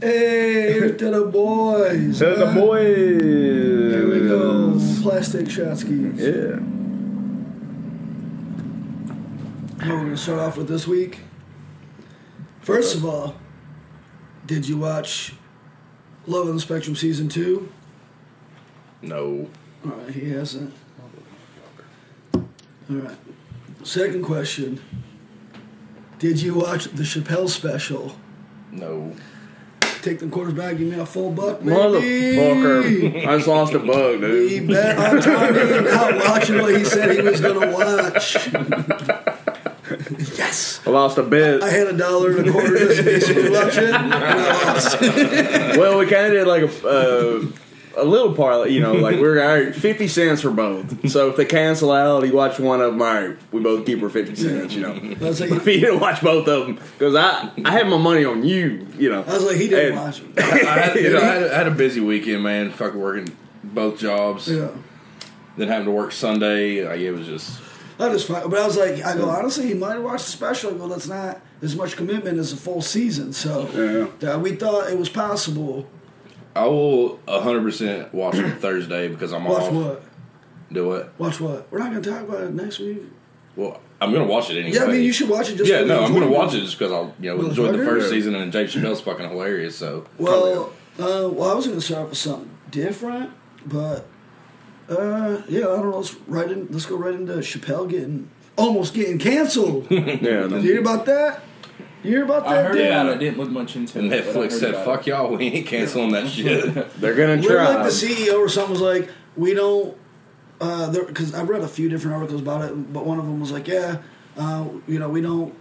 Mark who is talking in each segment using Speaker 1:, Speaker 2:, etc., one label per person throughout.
Speaker 1: Hey, here's to the boys.
Speaker 2: To the
Speaker 1: man.
Speaker 2: boys.
Speaker 1: Here we go. Plastic shot skis.
Speaker 2: Yeah.
Speaker 1: What we're gonna start off with this week. First of all, did you watch Love on the Spectrum season two?
Speaker 2: No.
Speaker 1: All right, he hasn't. All right. Second question: Did you watch the Chappelle special?
Speaker 2: No.
Speaker 1: Take the quarters back, give me a full buck, baby.
Speaker 3: Motherfucker. I just lost a bug,
Speaker 1: He
Speaker 3: dude.
Speaker 1: bet on Tommy not watching what he said he was gonna watch. yes.
Speaker 3: I lost a bet.
Speaker 1: I had a dollar and a quarter just basically watch it, and I lost.
Speaker 3: Well, we kind of did like a uh, a little parlay, you know, like we we're all right, fifty cents for both. So if they cancel out, you watch one of them. All right, we both keep our fifty cents, you know.
Speaker 1: I was like,
Speaker 3: If you didn't watch both of them, because I I had my money on you, you know.
Speaker 1: I was like he didn't
Speaker 3: And-
Speaker 1: watch it.
Speaker 4: I had,
Speaker 3: You
Speaker 4: you
Speaker 3: know?
Speaker 4: know, I had, I had a busy weekend, man. Fucking working both jobs,
Speaker 1: Yeah.
Speaker 4: then having to work Sunday. Like it was just
Speaker 1: That is fine. But I was like, I go, honestly, he might have watched the special. I go, that's not as much commitment as a full season. So that we thought it was possible.
Speaker 4: I will hundred percent watch it Thursday because I'm
Speaker 1: Watch
Speaker 4: off.
Speaker 1: what?
Speaker 4: Do it.
Speaker 1: Watch what? We're not going to talk about it next week.
Speaker 4: Well, I'm gonna watch it anyway.
Speaker 1: Yeah, I mean, you should watch it just
Speaker 4: Yeah,
Speaker 1: for
Speaker 4: no,
Speaker 1: the
Speaker 4: I'm gonna
Speaker 1: enjoyment.
Speaker 4: watch it just because I you know
Speaker 1: Well,
Speaker 4: enjoyed the
Speaker 1: it's
Speaker 4: first
Speaker 3: better.
Speaker 4: season and Jake Chappelle's fucking hilarious. So
Speaker 1: Well, uh, well, I was going to start off with something different, but uh, yeah, I don't know. Let's, right in, let's go right into Chappelle getting almost getting canceled. Did
Speaker 3: Yeah,
Speaker 1: you
Speaker 3: no.
Speaker 1: hear about that? You hear about that?
Speaker 5: I heard
Speaker 1: dude?
Speaker 4: Yeah.
Speaker 5: about it. I didn't look much into
Speaker 4: and
Speaker 5: it. but I
Speaker 4: Netflix
Speaker 5: heard
Speaker 4: said,
Speaker 5: about
Speaker 4: "Fuck y'all, we ain't canceling that shit."
Speaker 3: they're gonna
Speaker 1: We're
Speaker 3: try.
Speaker 1: like the CEO or something was like, we don't, uh, because I've read a few different articles about it, but one of them was like, yeah, uh, you know, we don't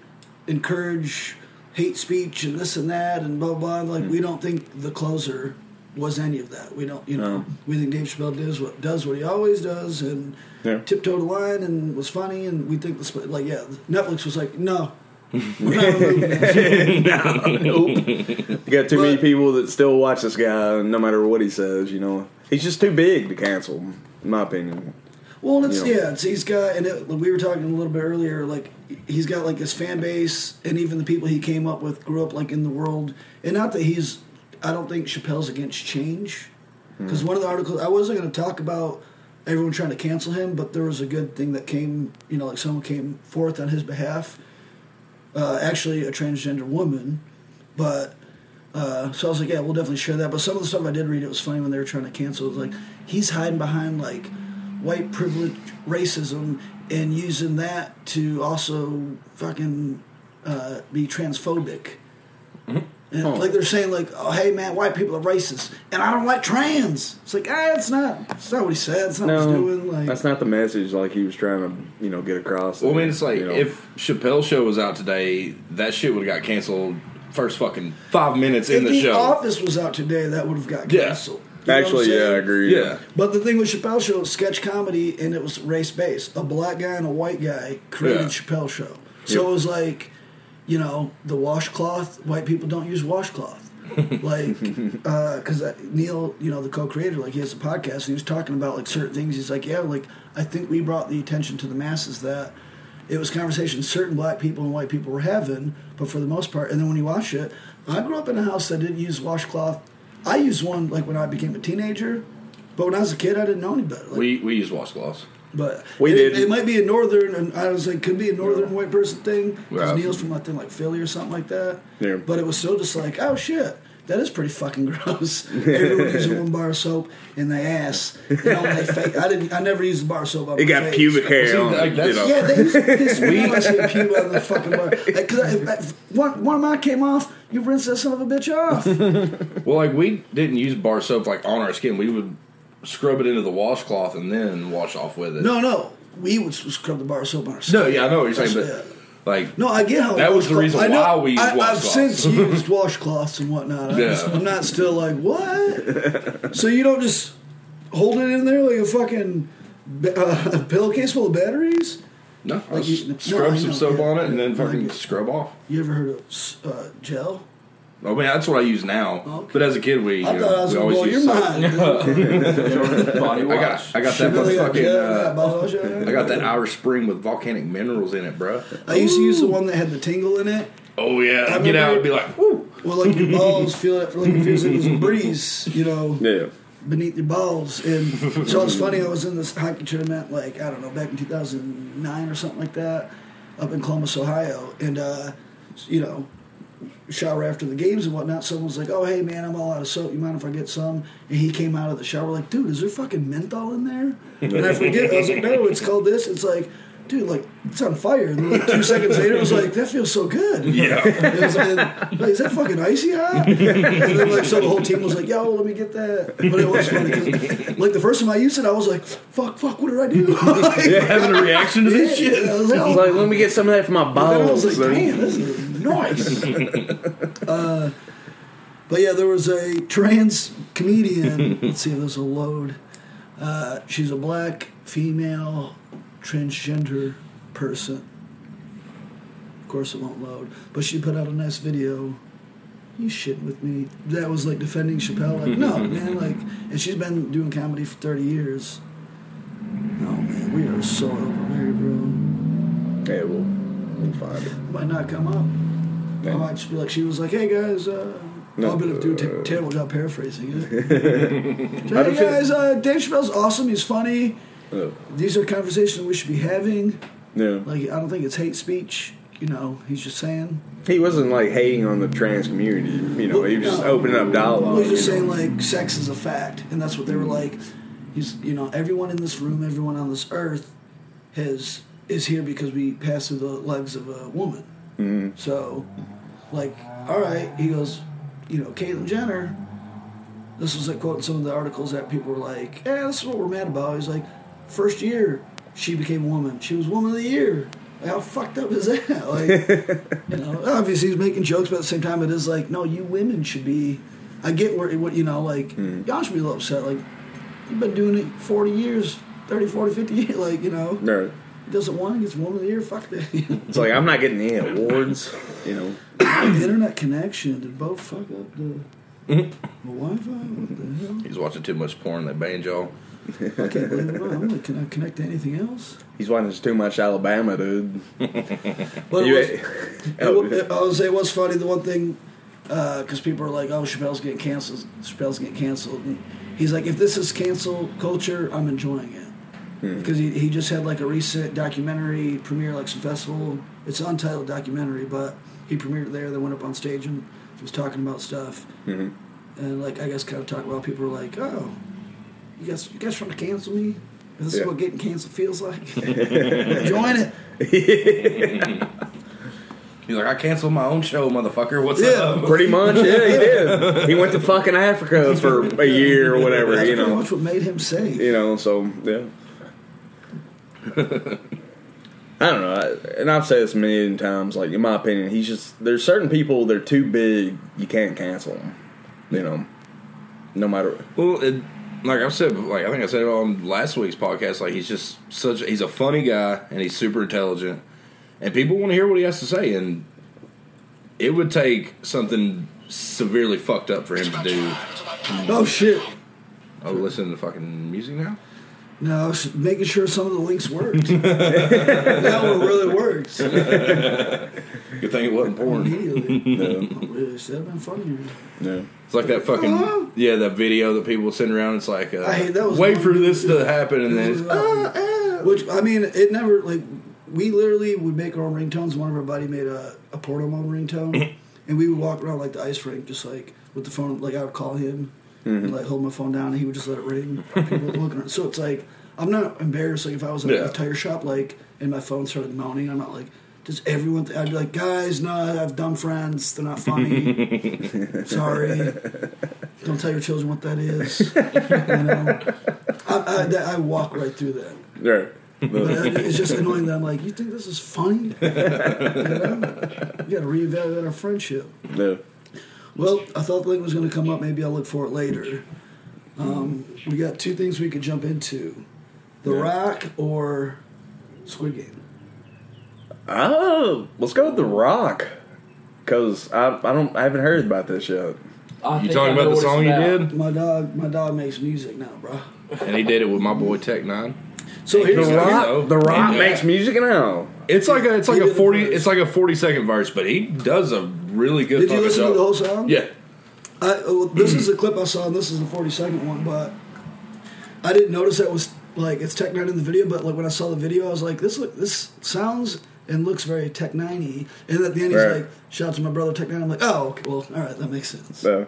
Speaker 1: encourage hate speech and this and that and blah blah. Like we don't think the closer was any of that. We don't, you know, we think Dave Chappelle does what does what he always does and
Speaker 3: Yeah.
Speaker 1: tiptoed the line and was funny and we think the sp- like yeah, Netflix was like no. We're not removing that shit.
Speaker 3: You got too many
Speaker 1: But-
Speaker 3: people that still watch this guy, no matter what he says. You know, he's just too big to cancel, in my opinion.
Speaker 1: Well, it's
Speaker 3: You know.
Speaker 1: yeah, it's, he's got, and it, we were talking a little bit earlier. Like he's got like his fan base, and even the people he came up with grew up like in the world. And not that he's, I don't think Chappelle's against change, because one of the articles I wasn't going to talk about everyone trying to cancel him, but there was a good thing that came, you know, like someone came forth on his behalf. Uh, actually, a transgender woman, but uh, so I was like, yeah, we'll definitely share that. But some of the stuff I did read, it was funny when they were trying to cancel. It was like he's hiding behind like white privilege, racism, and using that to also fucking uh, be transphobic.
Speaker 3: Mm-hmm.
Speaker 1: And like they're saying, like, oh hey man, white people are racist, and I don't like trans. It's like ah, it's not, it's not what he said. It's not what he's
Speaker 3: No,
Speaker 1: doing. Like
Speaker 3: that's not the message. Like he was trying to, you know, get across.
Speaker 4: Well, I mean, it's like
Speaker 3: You know.
Speaker 4: if Chappelle's show was out today, that shit would have got canceled first fucking five minutes
Speaker 1: if
Speaker 4: in the, show.
Speaker 1: Office was out today, that would have got
Speaker 4: Yeah.
Speaker 1: canceled. You know what I'm
Speaker 3: Actually, yeah, I
Speaker 1: saying?
Speaker 3: agree.
Speaker 4: yeah.
Speaker 1: But the thing with Chappelle Show, sketch comedy, and it was race based. A black guy and a white guy created
Speaker 4: Yeah.
Speaker 1: Chappelle Show, so it was like, you know, the washcloth. White people don't use washcloth, like because Neil, you know, the co-creator, like he has a podcast, and he was talking about like certain things. He's like, yeah, like I think we brought the attention to the masses that it was conversations certain black people and white people were having, but for the most part. And then when you watch it, I grew up in a house that didn't use washcloth. I used one like when I became a teenager, but when I was a kid, I didn't know any better. Like,
Speaker 4: We we use washcloths.
Speaker 1: but
Speaker 3: We
Speaker 1: it,
Speaker 3: didn't.
Speaker 1: It might be a northern, and I was like, could be a northern white person thing. 'cause
Speaker 4: Yeah.
Speaker 1: Neil's from I think like Philly or something like that.
Speaker 3: Yeah.
Speaker 1: But it was still just like, oh shit, that is pretty fucking gross. Everyone using one bar of soap in their ass. And on their face. I didn't. I never used a bar of soap. On
Speaker 3: It
Speaker 1: my
Speaker 3: got
Speaker 1: face.
Speaker 3: pubic hair
Speaker 4: See,
Speaker 3: on
Speaker 4: like,
Speaker 3: it, you
Speaker 4: that's-
Speaker 3: know.
Speaker 1: Yeah, they used to piss me off. I see a pube on the fucking bar. Because one, one of mine came off. You rinsed that son of a bitch off.
Speaker 4: Well, like we didn't use bar soap like on our skin. We would scrub it into the washcloth and then wash off with it.
Speaker 1: no, no. We would scrub the bar of soap on our
Speaker 4: no, yeah, I know what you're saying,
Speaker 1: That's-
Speaker 4: but
Speaker 1: yeah.
Speaker 4: like,
Speaker 1: No, I get how
Speaker 4: That was the
Speaker 1: washcloth-
Speaker 4: reason
Speaker 1: I know-
Speaker 4: why we used
Speaker 1: I, I've
Speaker 4: washcloths.
Speaker 1: since used washcloths and whatnot. I
Speaker 4: Yeah.
Speaker 1: just, I'm not still like what. so you don't just hold it in there like a fucking ba- uh, pillowcase full of batteries.
Speaker 4: no, I
Speaker 1: Like,
Speaker 4: just
Speaker 1: you- no,
Speaker 4: scrub
Speaker 1: I
Speaker 4: some
Speaker 1: know,
Speaker 4: soap
Speaker 1: yeah,
Speaker 4: on it and
Speaker 1: yeah,
Speaker 4: then
Speaker 1: I like
Speaker 4: fucking
Speaker 1: it.
Speaker 4: scrub off.
Speaker 1: You ever heard of uh, gel?
Speaker 4: I mean, that's what I use now.
Speaker 1: Okay.
Speaker 4: But as a kid, we
Speaker 1: I
Speaker 4: you know,
Speaker 1: thought I was
Speaker 4: we
Speaker 1: gonna
Speaker 4: always
Speaker 1: blow your
Speaker 4: used soap.
Speaker 1: mind. dude.
Speaker 5: it. Body
Speaker 4: I
Speaker 5: wash.
Speaker 4: got I got that
Speaker 1: Really got
Speaker 4: fucking.
Speaker 1: gel in that
Speaker 4: Uh,
Speaker 1: bottle, yeah.
Speaker 4: I got that Irish Spring with volcanic minerals in it, bruh.
Speaker 1: I used to use the one that had the tingle in it.
Speaker 4: Oh yeah,
Speaker 1: I
Speaker 4: get
Speaker 1: remember-
Speaker 4: out and be like, "Woo!"
Speaker 1: Well, like your balls feel it, like it feels it was a breeze, you know,
Speaker 3: Yeah.
Speaker 1: beneath your balls. And so it's funny. I was in this hockey tournament, like I don't know, back in 2009 or something like that, up in Columbus, Ohio, and uh, you know, shower after the games and whatnot. Someone's like, "Oh, hey man, I'm all out of soap. You mind if I get some?" And he came out of the shower like, "Dude, is there fucking menthol in there?" And I forget. I was like, "No, it's called this." It's like. Dude, like it's on fire. And then, like, two seconds later, it was like that feels so good. Yeah, it was, and, like, is that fucking icy hot? And then like so, the whole team was like, "Yo, let me get that." But it was funny 'cause, like the first time I used it, I was like, "Fuck, fuck, what did I do?" like,
Speaker 4: Having a reaction to this shit.
Speaker 1: I was like,
Speaker 3: I
Speaker 1: "Oh,
Speaker 3: was like, let me get some of that for my
Speaker 1: and then I
Speaker 3: balls.
Speaker 1: was like,
Speaker 3: So-
Speaker 1: damn, this is nice. uh, but yeah, there was a trans comedian. Let's see if this will load. Uh, she's a black female transgender person. Of course, it won't load. But she put out a nice video. You shitting with me? That was like defending Chappelle. Like, no, man. Like, and she's been doing comedy for thirty years. Oh man, we are so overmarried, bro
Speaker 3: Yeah, we'll, we'll find it.
Speaker 1: might not come up. I might just be like, she was like, hey guys, uh,
Speaker 3: No. uh,
Speaker 1: I've been a dude, a terrible job paraphrasing it.
Speaker 3: I
Speaker 1: hey
Speaker 3: don't feel-
Speaker 1: guys, uh, Dave Chappelle's awesome. He's funny.
Speaker 3: Oh,
Speaker 1: These are conversations we should be having.
Speaker 3: yeah.
Speaker 1: Like, I don't think it's hate speech. You know, he's just saying.
Speaker 3: He wasn't like hating on the trans community, you know. He was just opening up dialogue.
Speaker 1: Well, he's just
Speaker 3: you know.
Speaker 1: saying like sex is a fact, and that's what they were like. He's, you know, everyone in this room, everyone on this earth, has is here because we pass through the legs of a woman.
Speaker 3: Mm-hmm.
Speaker 1: So, like, all right, he goes, you know, Caitlyn Jenner. This was a quote in some of the articles that people were like, "Yeah, this is what we're mad about." He's like, first year she became a woman. She was woman of the year. Like, how fucked up is that? Like, you know, obviously he's making jokes, but at the same time, it is like, no, you women should be. I get where what you know, like y'all should be a little upset. Like, you've been doing it forty years, 30, 40, 50 years. Like, you know,
Speaker 3: No.
Speaker 1: doesn't want to get woman of the year. Fuck that.
Speaker 3: It's like I'm not getting any awards, you know.
Speaker 1: The internet connection did both fuck up the, the Wi-Fi. What the hell?
Speaker 4: He's watching too much porn. They banned y'all.
Speaker 1: I can't believe it. I'm like, can I connect to anything else?
Speaker 3: He's watching too much Alabama, dude.
Speaker 1: But
Speaker 3: You-
Speaker 1: it
Speaker 3: Oh,
Speaker 1: was, it, I would say it was funny. The one thing, because people are like, "Oh, Chappelle's getting canceled. Chappelle's getting canceled." And he's like, "If this is cancel culture, I'm enjoying it."
Speaker 3: Hmm.
Speaker 1: Because he, he just had like a recent documentary premiere, like some festival. It's an untitled documentary, but he premiered it there. They went up on stage and was talking about stuff,
Speaker 3: Mm-hmm.
Speaker 1: and like I guess kind of talking about people were like, "Oh, you guys, you guys trying to cancel me? This
Speaker 3: Yeah.
Speaker 1: is what getting canceled feels like." Join it.
Speaker 4: He's like, I canceled my own show, motherfucker. What's
Speaker 1: Yeah.
Speaker 4: up?
Speaker 3: Pretty much, yeah, he did. He went to fucking Africa for a year or whatever,
Speaker 1: That's
Speaker 3: you
Speaker 1: pretty
Speaker 3: know.
Speaker 1: much what made him safe.
Speaker 3: You know, so yeah. I don't know, I, and I've said this many times. Like in my opinion, he's just there's certain people they're too big. You can't cancel them. You know, no matter.
Speaker 4: Well, it, like I've said, like I think I said it on last week's podcast. Like he's just such. He's a funny guy, and he's super intelligent, and people want to hear what he has to say. And it would take something severely fucked up for him to do.
Speaker 1: Oh shit!
Speaker 4: Oh, listen to fucking music now.
Speaker 1: No, I was making sure some of the links worked. that one really works.
Speaker 4: Good thing it wasn't porn.
Speaker 1: Immediately.
Speaker 3: No,
Speaker 1: I wish that'd been funnier.
Speaker 3: no.
Speaker 4: It's like that fucking
Speaker 1: Uh-huh.
Speaker 4: yeah, that video that people send around. It's like uh,
Speaker 1: I hate- that was
Speaker 4: wait
Speaker 1: one
Speaker 4: for
Speaker 1: good
Speaker 4: this
Speaker 1: video.
Speaker 4: to happen, and then it's, "Ah." "Oh,
Speaker 1: Uh, Which I mean, it never like we literally would make our own ringtones. One of our buddy made a a Porto Mom ringtone, and we would walk around like the ice rink, just like with the phone. Like I would call him and like hold my phone down, and he would just let it ring. People would look at it. So it's like I'm not embarrassed. Like if I was at
Speaker 4: Yeah.
Speaker 1: a tire shop, like and my phone started moaning, I'm not like. Does everyone? Th- I'd be like, guys, no, I have dumb friends. They're not funny. Sorry. Don't tell your children what that is. you know? I, I, that, I walk right through that.
Speaker 3: There.
Speaker 1: But it- it's just annoying that I'm like, you think this is funny? you know? We gotta reevaluate our friendship.
Speaker 3: No.
Speaker 1: Well, I thought the link was gonna come up. Maybe I'll look for it later. Um, we got two things we could jump into The Rock or Squid Game.
Speaker 3: Oh, let's go with The Rock. Cause I I don't I haven't heard about this yet.
Speaker 5: I Oh,
Speaker 4: you talking
Speaker 5: think I know
Speaker 4: about the
Speaker 5: what
Speaker 4: song
Speaker 5: it's
Speaker 4: you
Speaker 5: about.
Speaker 4: did,
Speaker 1: My dog, my dog makes music now, bro.
Speaker 4: and he did it with my boy Tech Nine.
Speaker 1: So here's
Speaker 4: The
Speaker 3: The
Speaker 4: Rock-
Speaker 3: Rock, the Rock makes music now.
Speaker 4: It's like a it's like
Speaker 1: He
Speaker 4: a
Speaker 1: did the
Speaker 4: forty
Speaker 1: verse.
Speaker 4: it's like a forty second verse, but he does a really good.
Speaker 1: Did you
Speaker 4: fucking
Speaker 1: listen to
Speaker 4: job.
Speaker 1: the whole song?
Speaker 4: Yeah,
Speaker 1: I, well, this is the clip I saw, and this is the 40 second one, but I didn't notice that was like it's Tech Nine in the video. But like when I saw the video, I was like, this look, this sounds and looks very Tech Niney. And at the end, he's
Speaker 3: Right.
Speaker 1: like, shout out to my brother Tech Nine. I'm like, oh, okay, well, all right, that makes sense.
Speaker 3: So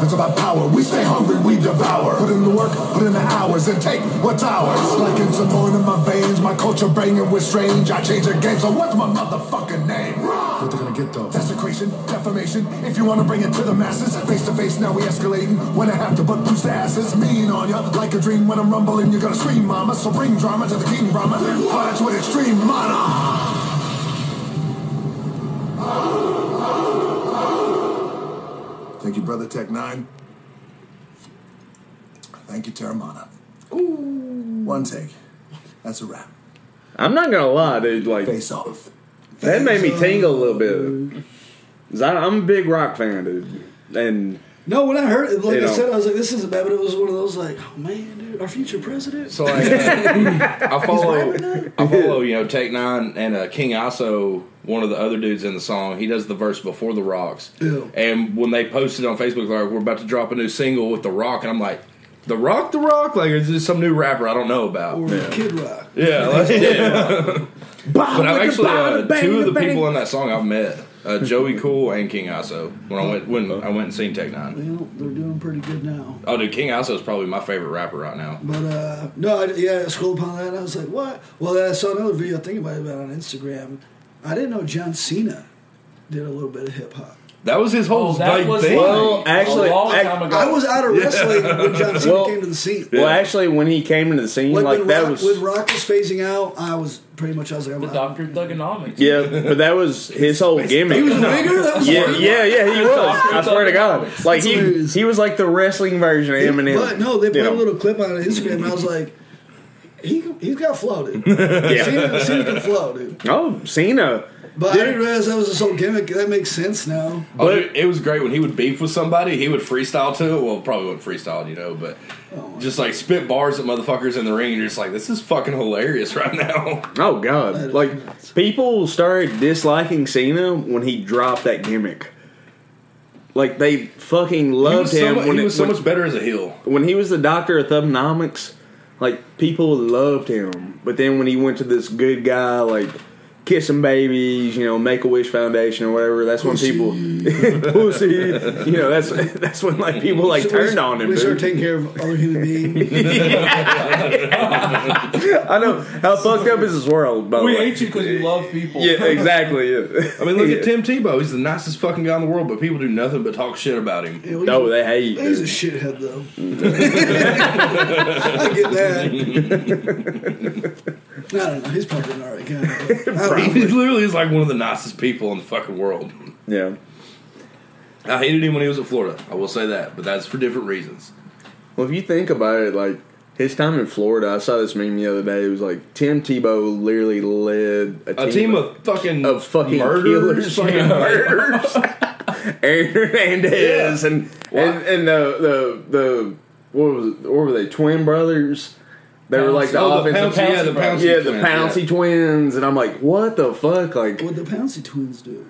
Speaker 6: It's about power. We stay hungry, we devour. Put in the work, put in the hours, and take what's ours. Like it's a bone in my veins, my culture banging with strange. I change the game, so what's my motherfucking name? What they gonna get though? Desecration, defamation. If you wanna bring it to the masses, face to face, now we escalating. When I have to butt boost the asses, mean on ya. Like a dream when I'm rumbling, you're gonna scream, mama. So bring drama to the king, Brahma. Fight with extreme mana. Thank you, brother Tech Nine. Thank you, Terramana. One take. That's a wrap.
Speaker 3: I'm not gonna lie, dude. Like
Speaker 6: Face off.
Speaker 3: that made me tingle a little bit. 'Cause I, am a big rock fan, dude. And
Speaker 1: No, when I heard it, like
Speaker 3: You
Speaker 1: I
Speaker 3: know.
Speaker 1: said, I was like, this isn't bad, but it was one of those like, oh man, dude, our future president.
Speaker 4: so like uh, I follow
Speaker 1: rapping now?
Speaker 4: I follow you know Take Nine and uh, King Iso, one of the other dudes in the song. He does the verse before the Rocks,
Speaker 1: Ew.
Speaker 4: and when they posted on Facebook, like we're about to drop a new single with the Rock, and I'm like, the Rock, the Rock, like is this some new rapper I don't know about?
Speaker 1: Or Kid Rock.
Speaker 4: Yeah, like, yeah. but I've actually uh, two of the people in that song I've met, uh, Joey Cool and King Iso. When I went when I went and seen Tech Nine.
Speaker 1: Well, they're doing pretty good now.
Speaker 4: Oh, dude, King Iso is probably my favorite rapper right now.
Speaker 1: But uh, no, I, yeah, I scrolled upon that and I was like, what? Well, then I saw another video, I think about it on Instagram. I didn't know John Cena did a little bit of hip hop.
Speaker 4: That was his whole
Speaker 5: Oh, that
Speaker 4: big
Speaker 5: was
Speaker 4: thing.
Speaker 5: like
Speaker 3: Well, actually,
Speaker 5: a long
Speaker 3: I-
Speaker 5: time ago.
Speaker 1: I was out of wrestling when John Cena
Speaker 3: Well,
Speaker 1: came to the scene.
Speaker 3: well, actually, when he came into the scene,
Speaker 1: Like,
Speaker 3: like
Speaker 1: when,
Speaker 3: that
Speaker 1: Rock,
Speaker 3: was
Speaker 1: when Rock was phasing out, I was pretty much I was like, I'm
Speaker 5: the
Speaker 1: out.
Speaker 5: Doctor Thugonomics.
Speaker 3: yeah, but that was his whole gimmick.
Speaker 1: He was a bigger. That was
Speaker 3: yeah,
Speaker 1: hard.
Speaker 3: yeah, yeah, he was. I swear to God, like he
Speaker 1: hilarious.
Speaker 3: he was like the wrestling version of Eminem.
Speaker 1: But no, they put
Speaker 3: You know?
Speaker 1: a little clip on Instagram, and I was like, he he's got flow, dude. Cena, Cena can flow, dude.
Speaker 3: Oh, Cena.
Speaker 1: But I didn't realize that was this whole gimmick. That makes sense now.
Speaker 4: Oh, dude, it was great when he would beef with somebody. He would freestyle to it. Well, probably wouldn't freestyle, you know, but just like spit bars at motherfuckers in the ring. And you're just like, this is fucking hilarious right now.
Speaker 3: Oh God! Like people started disliking Cena when he dropped that gimmick. Like they fucking
Speaker 4: He
Speaker 3: loved
Speaker 4: was, so,
Speaker 3: him
Speaker 4: mu-
Speaker 3: when,
Speaker 4: he
Speaker 3: it-
Speaker 4: was so
Speaker 3: when,
Speaker 4: much better as a heel.
Speaker 3: when he was the doctor of thumbnomics. Like people loved him, but then when he went to this good guy, like kissing babies, you know, Make a Wish Foundation or whatever, that's when people pussy, you know, that's that's when like people like turned on him.
Speaker 1: We started
Speaker 3: dude.
Speaker 1: taking care of other human beings.
Speaker 3: I know how fucked up is this world, by the
Speaker 5: We
Speaker 3: way.
Speaker 5: hate you because we love people.
Speaker 3: yeah, exactly. Yeah.
Speaker 4: I mean, look at
Speaker 3: Yeah.
Speaker 4: Tim Tebow. He's the nicest fucking guy in the world, but people do nothing but talk shit about him.
Speaker 1: Yeah, we-
Speaker 3: No, they hate.
Speaker 1: He's a
Speaker 3: dude.
Speaker 1: shithead, though. I get that. I don't know. He's probably an alright guy. but I don't
Speaker 4: He
Speaker 1: know.
Speaker 4: literally is like one of the nicest people in the fucking world.
Speaker 3: yeah.
Speaker 4: I hated him when he was at Florida. I will say that, but that's for different reasons.
Speaker 3: Well, if you think about it, like his time in Florida, I saw this meme the other day. It was like Tim Tebow literally led
Speaker 4: A team of fucking
Speaker 3: of fucking killers,
Speaker 4: murderers, fucking
Speaker 3: yeah, murderers. Aaron Hernandez and, and and the the the what was it, what were they twin brothers? They were like the
Speaker 4: Oh, the
Speaker 3: offensive,
Speaker 4: Pouncey- yeah, the Pouncey
Speaker 3: yeah, the
Speaker 4: twins,
Speaker 3: Pouncy
Speaker 4: yeah.
Speaker 3: twins, and I'm like, what the fuck? Like,
Speaker 1: What the Pouncey twins do?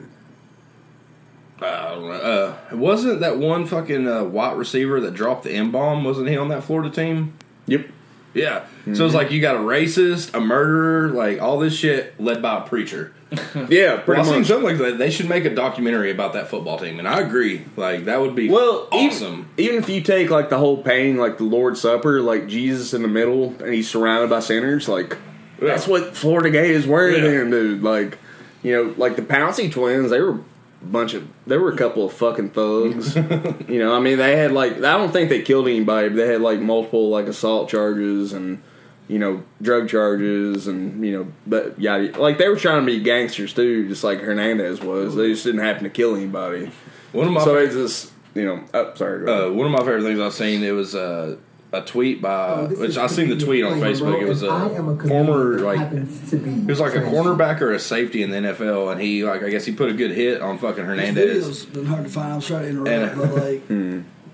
Speaker 4: I don't know. Uh, wasn't that one fucking uh, white receiver that dropped the M bomb? Wasn't he on that Florida team?
Speaker 3: yep,
Speaker 4: Yeah. So
Speaker 3: Mm-hmm.
Speaker 4: it's like you got a racist, a murderer, like all this shit led by a preacher.
Speaker 3: yeah,
Speaker 4: Well,
Speaker 3: pretty
Speaker 4: I've seen
Speaker 3: much.
Speaker 4: something like that. They should make a documentary about that football team, and I agree. Like that would be
Speaker 3: Well,
Speaker 4: awesome.
Speaker 3: Even, even if you take like the whole pain, like the Lord's Supper, like Jesus in the middle, and he's surrounded by sinners, like that's what Florida Gay is wearing,
Speaker 4: Yeah.
Speaker 3: then, dude. Like, you know, like the Pouncey twins, they were a bunch of, they were a couple of fucking thugs. you know, I mean, they had like, I don't think they killed anybody, but they had like multiple like assault charges and. You know, drug charges and you know, but yeah, like they were trying to be gangsters too, just like Hernandez was. They just didn't happen to kill anybody.
Speaker 4: One of my
Speaker 3: So
Speaker 4: fa-
Speaker 3: it's just you know, oh, sorry. go ahead.
Speaker 4: uh, one of my favorite things I've seen. It was uh, a tweet by
Speaker 1: Oh,
Speaker 4: which I seen the tweet on Facebook. It was a, former like it
Speaker 7: It
Speaker 4: was like a cornerback or a safety in the NFL, and he like I guess he put a good hit on fucking
Speaker 1: His
Speaker 4: Hernandez.
Speaker 1: video's been hard to find. I'm sorry to
Speaker 4: And-
Speaker 1: interrupt, but like,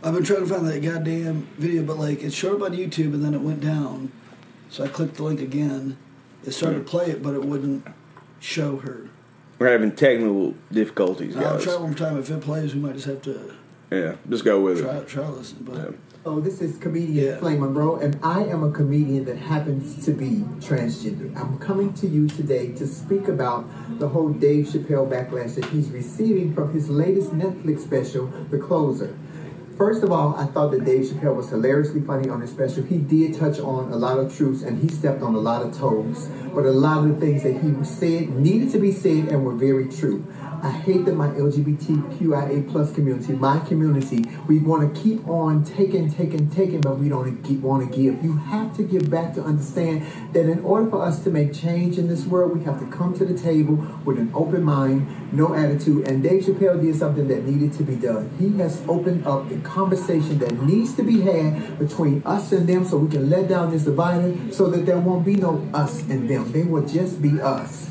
Speaker 1: I've been trying to find that goddamn video, but like it showed up on YouTube and then it went down. So I clicked the link again. It started to play it, but it wouldn't show her.
Speaker 3: We're having technical difficulties,
Speaker 1: I'll
Speaker 3: guys.
Speaker 1: try one more time. If it plays, we might just have to
Speaker 3: Yeah, just go with
Speaker 1: try
Speaker 3: it.
Speaker 1: try listen. But
Speaker 3: Yeah.
Speaker 7: So Oh, this is comedian
Speaker 1: Yeah.
Speaker 7: Flame Monroe, and I am a comedian that happens to be transgender. I'm coming to you today to speak about the whole Dave Chappelle backlash that he's receiving from his latest Netflix special, The Closer. First of all, I thought that Dave Chappelle was hilariously funny on his special. He did touch on a lot of truths and he stepped on a lot of toes. But a lot of the things that he said needed to be said and were very true. I hate that my LGBTQIA plus community, my community, we want to keep on taking, taking, taking, but we don't keep, want to give. You have to give back to understand that in order for us to make change in this world, we have to come to the table with an open mind, no attitude. And Dave Chappelle did something that needed to be done. He has opened up the conversation that needs to be had between us and them so we can let down this divider so that there won't be no us and them. They will just be us.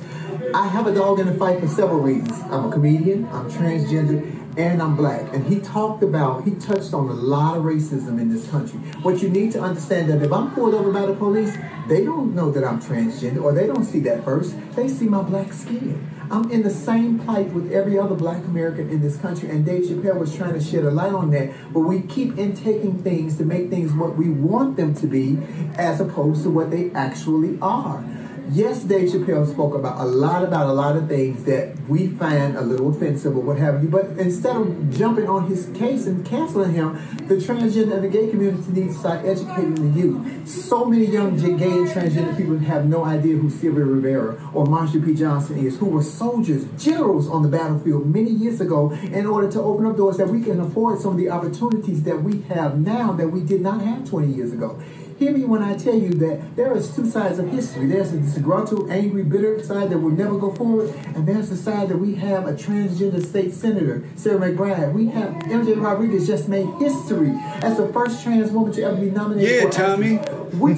Speaker 7: I have a dog in the fight for several reasons. I'm a comedian, I'm transgender, and I'm black. And he talked about, he touched on a lot of racism in this country. What you need to understand that if I'm pulled over by the police, they don't know that I'm transgender, or they don't see that first. They see my black skin. I'm in the same plight with every other black American in this country, and Dave Chappelle was trying to shed a light on that. But we keep intaking things to make things what we want them to be, as opposed to what they actually are. Yes, Dave Chappelle spoke about a lot about a lot of things that we find a little offensive or what have you. But instead of jumping on his case and canceling him, the transgender and the gay community needs to start educating the youth. So many young j- gay and transgender people have no idea who Sylvia Rivera or Marsha P. Johnson is, who were soldiers, generals on the battlefield many years ago in order to open up doors that we can afford some of the opportunities that we have now that we did not have 20 years ago. Hear me when I tell you that there is two sides of history. There's the disgruntled, angry, bitter side that will never go forward, and there's the side that we have a transgender state senator, Sarah McBride. We have MJ Rodriguez just made history as the first trans woman to ever be nominated.
Speaker 1: Yeah,
Speaker 7: for
Speaker 1: Tommy.
Speaker 7: Which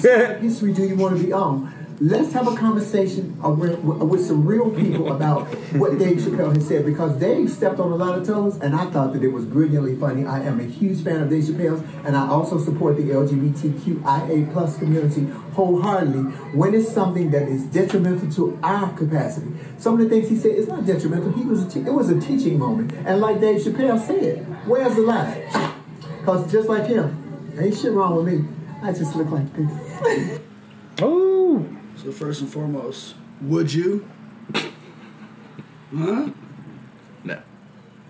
Speaker 7: side of history do you want to be on? Let's have a conversation ar- with some real people about what Dave Chappelle has said because Dave stepped on a lot of toes, and I thought that it was brilliantly funny. I am a huge fan of Dave Chappelle's, and I also support the LGBTQIA plus community wholeheartedly when it's something that is detrimental to our capacity. Some of the things he said it's not detrimental. He was a te- it was a teaching moment, and like Dave Chappelle said, where's the line? Because just like him, ain't shit wrong with me. I just look like this.
Speaker 1: so first and foremost, would you? Huh?
Speaker 4: No.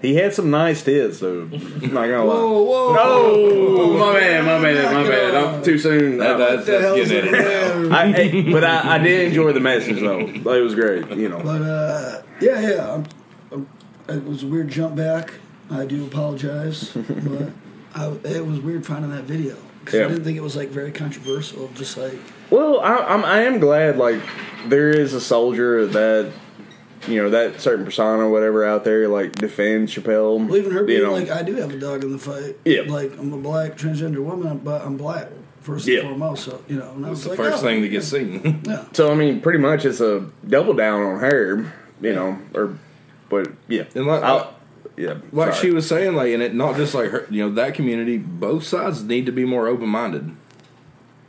Speaker 3: He had some nice tits, though. Not gonna lie.
Speaker 1: Whoa, whoa!
Speaker 3: Oh, my bad, my bad, my bad. I'm too soon.
Speaker 4: That, that's,
Speaker 1: What the hell
Speaker 4: that's
Speaker 1: is
Speaker 4: getting
Speaker 1: it?
Speaker 4: it.
Speaker 1: Yeah.
Speaker 3: I, hey, but I, I did enjoy the message though. It was great, you know.
Speaker 1: But uh, yeah, yeah. I'm, i it was a weird jump back. I do apologize, but I, it was weird finding that video because
Speaker 3: Yeah.
Speaker 1: I didn't think it was like very controversial. Just like
Speaker 3: Well, I, I'm I am glad like there is a soldier that you know that certain persona, or whatever, out there like defends Chappelle.
Speaker 1: well, even her
Speaker 3: you
Speaker 1: being
Speaker 3: know.
Speaker 1: like, I do have a dog in the fight.
Speaker 3: Yeah.
Speaker 1: Like I'm a black transgender woman, but I'm black first
Speaker 3: Yeah.
Speaker 1: and foremost. So you know, and I was
Speaker 4: It's the
Speaker 1: like,
Speaker 4: first
Speaker 1: oh,
Speaker 4: thing that gets seen.
Speaker 1: Yeah.
Speaker 3: so I mean, pretty much it's a double down on her, you know, or but yeah,
Speaker 4: And like-
Speaker 3: I'll- yeah,
Speaker 4: like
Speaker 3: sorry.
Speaker 4: she was saying, like, and it not just like her, you know, that community. Both sides need to be more open minded.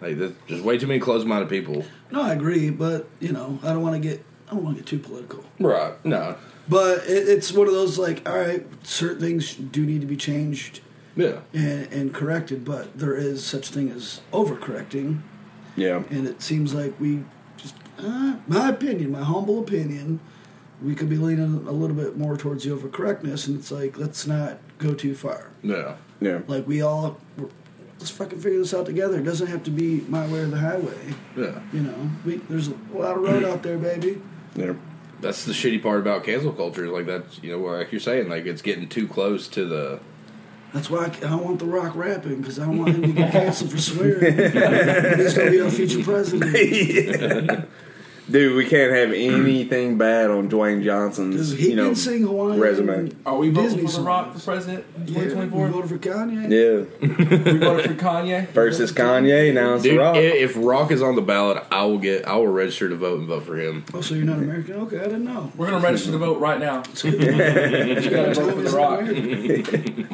Speaker 4: Like, there's there's way too many closed minded people.
Speaker 1: No, I agree, but you know, I don't want to get I don't want to get too political.
Speaker 4: Right. No.
Speaker 1: But it, it's one of those like, all right, certain things do need to be changed
Speaker 4: Yeah.
Speaker 1: and, and corrected, but there is such thing as overcorrecting,
Speaker 3: yeah.
Speaker 1: and it seems like we just, uh, my opinion, my humble opinion, we could be leaning a little bit more towards the overcorrectness, and it's like let's not go too far.
Speaker 4: Yeah.
Speaker 3: Yeah.
Speaker 1: Like we all, we're, let's fucking figure this out together. It doesn't have to be my way or the highway.
Speaker 4: Yeah.
Speaker 1: You know, we, there's a lot of road out there, baby.
Speaker 3: Yeah.
Speaker 4: That's the shitty part about cancel culture. Like that's you know like you're saying like it's getting too close to the
Speaker 1: That's why I, c- I don't want The Rock rapping because I don't want him to get canceled for swearing. He's gonna be our future president.
Speaker 3: Dude, we can't have anything bad on Dwayne Johnson's,
Speaker 1: Because he
Speaker 3: you know,
Speaker 1: can sing Hawaiian
Speaker 3: resume.
Speaker 5: Are we voting
Speaker 1: Disney
Speaker 5: for The Rock for
Speaker 1: songs.
Speaker 5: president in
Speaker 1: Yeah, we
Speaker 5: 2024?
Speaker 1: voted for Kanye.
Speaker 3: Yeah.
Speaker 5: we voted for Kanye.
Speaker 3: Versus Kanye, now it's
Speaker 4: dude.
Speaker 3: Rock.
Speaker 4: i- If Rock is on the ballot, I will get I will register to vote and vote for him.
Speaker 1: Oh, so you're not American? Okay, I didn't know.
Speaker 5: We're gonna register to vote right now.
Speaker 1: It's good.
Speaker 5: You gotta vote
Speaker 1: Tommy's
Speaker 5: for The
Speaker 1: not
Speaker 5: Rock.
Speaker 1: American.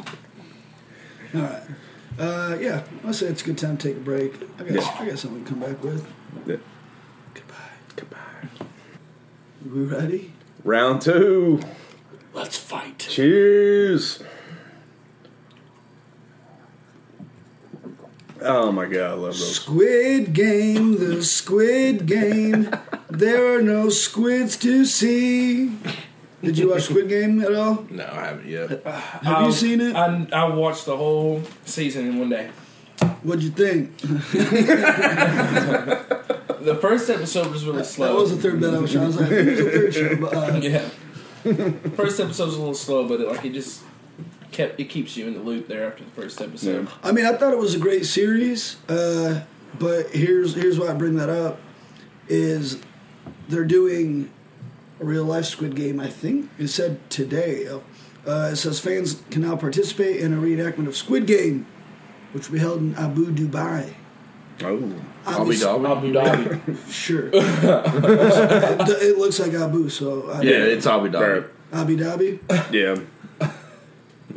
Speaker 1: All right. Uh, yeah, I say it's a good time to take a break. I got, I got something to come back with.
Speaker 3: Yeah.
Speaker 1: Goodbye.
Speaker 3: Goodbye.
Speaker 1: We ready?
Speaker 3: Round two.
Speaker 1: Let's fight.
Speaker 3: Cheers. Oh my god, I love those.
Speaker 1: Squid game, the squid game. there are no squids to see. Did you watch Squid Game at all?
Speaker 4: No, I haven't yet.
Speaker 1: Have you seen it?
Speaker 5: I, Um, I watched the whole season in one day.
Speaker 1: What'd you think?
Speaker 5: The first episode was really slow.
Speaker 1: That was the third bit I was trying to say. It was the third show, but uh,
Speaker 5: yeah. first episode's a little slow, but it, like it just kept it keeps you in the loop there after the first episode.
Speaker 1: I mean, I thought it was a great series, uh, but here's here's why I bring that up: is they're doing a real life Squid Game. I think it said today. Uh, it says fans can now participate in a reenactment of Squid Game, which will be held in Abu Dubai.
Speaker 3: Oh.
Speaker 4: Abu
Speaker 1: Obvious-
Speaker 4: Dhabi.
Speaker 5: Abu Dhabi.
Speaker 1: Sure. it, it looks like Abu, so I,
Speaker 4: Yeah, it's Abu
Speaker 3: Bro,
Speaker 4: Dhabi.
Speaker 1: Abu Dhabi. I
Speaker 3: yeah.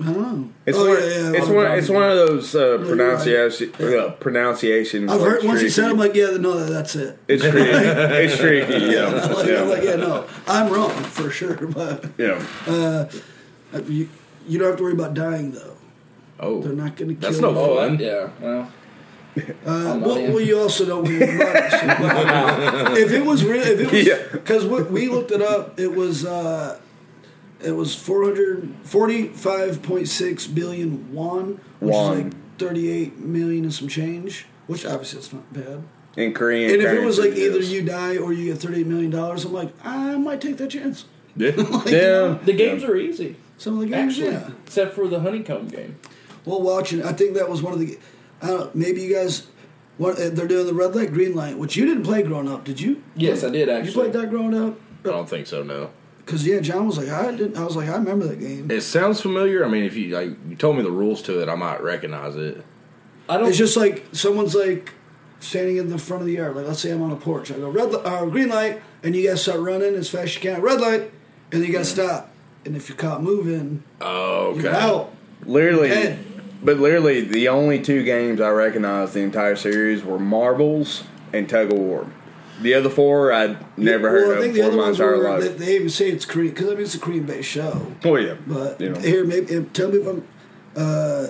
Speaker 1: don't know.
Speaker 3: It's
Speaker 1: Oh,
Speaker 3: one.
Speaker 1: yeah, yeah,
Speaker 3: it's
Speaker 1: Abu
Speaker 3: one.
Speaker 1: Dhabi.
Speaker 3: It's one of those uh,
Speaker 1: you're
Speaker 3: pronunciation. Uh, pronunciations.
Speaker 1: I've
Speaker 3: like,
Speaker 1: heard once he
Speaker 3: tricky.
Speaker 1: said, it, I'm like, yeah, no, that's it.
Speaker 3: It's tricky. it's tricky.
Speaker 1: Yeah,
Speaker 3: Yeah.
Speaker 1: like, I'm like,
Speaker 3: Yeah.
Speaker 1: yeah, no, I'm wrong for sure, but
Speaker 3: Yeah.
Speaker 1: uh, you, you don't have to worry about dying though.
Speaker 4: Oh,
Speaker 1: They're not going to kill.
Speaker 4: That's no
Speaker 1: you.
Speaker 5: Oh, I-
Speaker 4: fun.
Speaker 5: yeah. Well,
Speaker 1: Uh,
Speaker 5: I'm
Speaker 1: well,
Speaker 5: not in.
Speaker 1: well, you also don't win the money. if it was real, if it
Speaker 3: Yeah.
Speaker 1: was because we looked it up, it was uh, it was four hundred forty-five point six billion won, which
Speaker 3: Won.
Speaker 1: is like thirty-eight million and some change. Which obviously it's not bad.
Speaker 3: In Korean.
Speaker 1: And if it was like
Speaker 3: currency,
Speaker 1: either
Speaker 3: yes.
Speaker 1: you die or you get thirty-eight million dollars, I'm like, I might take that chance.
Speaker 4: Yeah.
Speaker 3: Yeah.
Speaker 5: the games are easy,
Speaker 1: Some of the games,
Speaker 5: actually,
Speaker 1: yeah.
Speaker 5: except for the honeycomb game.
Speaker 1: Well, watching, I think that was one of the. I don't know, maybe you guys. What, uh, they're doing the red light, green light, which you didn't play growing up, did you?
Speaker 5: Yes, I did
Speaker 1: You
Speaker 5: actually.
Speaker 1: played that growing up?
Speaker 4: I don't think so. No.
Speaker 1: Because yeah, John was like, I didn't. I was like, I remember that game.
Speaker 4: It sounds familiar. I mean, if you like, you told me the rules to it, I might recognize it.
Speaker 5: I don't.
Speaker 1: It's just like someone's like standing in the front of the yard. Like let's say I'm on a porch. I go red, li- uh, green light, and you guys start running as fast as you can. Red light, and you guys stop. And if you're caught moving,
Speaker 4: Oh,
Speaker 1: you're out.
Speaker 3: Literally,
Speaker 1: Dead.
Speaker 3: but literally, the only two games I recognized the entire series were marbles and tug of war. The other four I'd never
Speaker 1: Well,
Speaker 3: heard of before my entire
Speaker 1: were-
Speaker 3: life.
Speaker 1: They, they even say it's Korean because I mean it's a Korean-based show.
Speaker 3: oh yeah,
Speaker 1: But
Speaker 3: you know,
Speaker 1: here, maybe and tell me if I'm uh,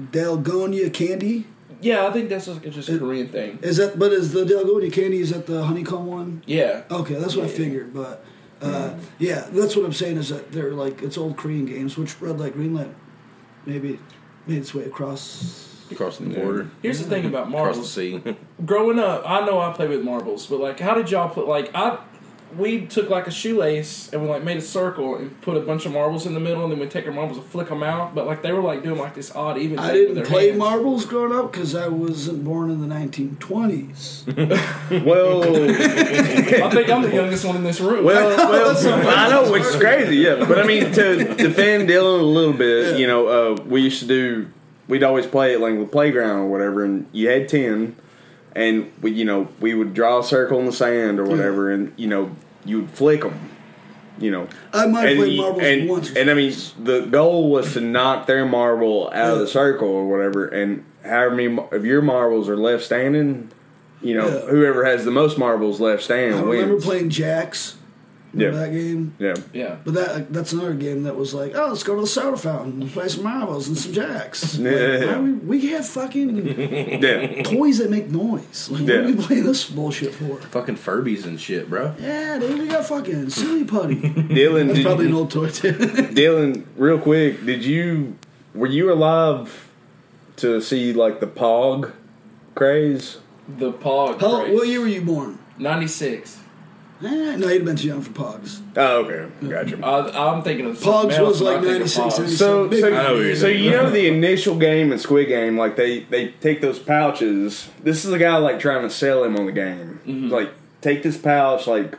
Speaker 1: Dalgonia candy.
Speaker 5: yeah, I think that's just, it's just a Korean thing.
Speaker 1: Is that? But is the Dalgonia candy? Is that the honeycomb one?
Speaker 5: Yeah.
Speaker 1: Okay, that's what I figured. But uh, yeah, that's what I'm saying is that they're like it's old Korean games, which red light, green light, maybe made its way across.
Speaker 4: across the border,
Speaker 5: Here's the thing about
Speaker 4: across the
Speaker 5: marbles.
Speaker 4: sea.
Speaker 5: Growing up, I know I played with marbles, but like, how did y'all put like I? We took like a shoelace and we like made a circle and put a bunch of marbles in the middle, and then we take our marbles and flick them out. But like they were like doing like this odd even.
Speaker 1: I
Speaker 5: thing with
Speaker 1: didn't
Speaker 5: their
Speaker 1: play
Speaker 5: hands.
Speaker 1: marbles growing up because I wasn't born in the 1920s.
Speaker 3: well,
Speaker 5: I think I'm the youngest one in this room.
Speaker 3: well, well. I know which is crazy, yeah. But I mean, to defend Dylan a little bit, you know, uh, we used to do. We'd always play at like the playground or whatever, and you had ten, and we, you know, we would draw a circle in the sand or whatever, and you know, you'd flick them, you know.
Speaker 1: I might have
Speaker 3: and,
Speaker 1: played
Speaker 3: you-
Speaker 1: marbles
Speaker 3: and,
Speaker 1: once.
Speaker 3: and I mean, the goal was to knock their marble out of the
Speaker 1: Yeah.
Speaker 3: circle or whatever, and however many mar- of your marbles are left standing, you know,
Speaker 1: Yeah.
Speaker 3: whoever has the most marbles left
Speaker 1: I
Speaker 3: standing
Speaker 1: remember
Speaker 3: wins.
Speaker 1: playing jacks. Remember
Speaker 3: Yeah.
Speaker 1: that game?
Speaker 3: yeah,
Speaker 5: yeah.
Speaker 1: But that that's another game that was like, oh, let's go to the soda fountain and play some marbles and some jacks. Like,
Speaker 3: Yeah.
Speaker 1: why we, we have fucking
Speaker 3: yeah.
Speaker 1: toys that make noise. Like,
Speaker 3: Yeah.
Speaker 1: what are we playing this bullshit for?
Speaker 4: Fucking Furbies and shit, bro.
Speaker 1: Yeah, dude, we got fucking silly putty.
Speaker 3: Dylan,
Speaker 1: That's
Speaker 3: did,
Speaker 1: probably an old toy too.
Speaker 3: Dylan, real quick, did you were you alive to see like the pog craze?
Speaker 5: The pog.
Speaker 1: How,
Speaker 5: craze.
Speaker 1: what year were you born?
Speaker 5: Ninety six.
Speaker 1: Eh, no, you'd been too young for Pogs.
Speaker 3: Oh, okay, gotcha.
Speaker 5: I- I'm thinking of
Speaker 1: Pogs
Speaker 5: something else
Speaker 1: was
Speaker 5: when I
Speaker 1: like
Speaker 5: think of
Speaker 1: 96,
Speaker 5: Pogs.
Speaker 1: 96.
Speaker 3: So,
Speaker 1: Big-
Speaker 4: I know what
Speaker 3: so,
Speaker 4: you're
Speaker 3: so
Speaker 4: saying.
Speaker 3: you know the initial game in Squid Game, like they they take those pouches. This is the guy like trying to sell him on the game. Like take this pouch, like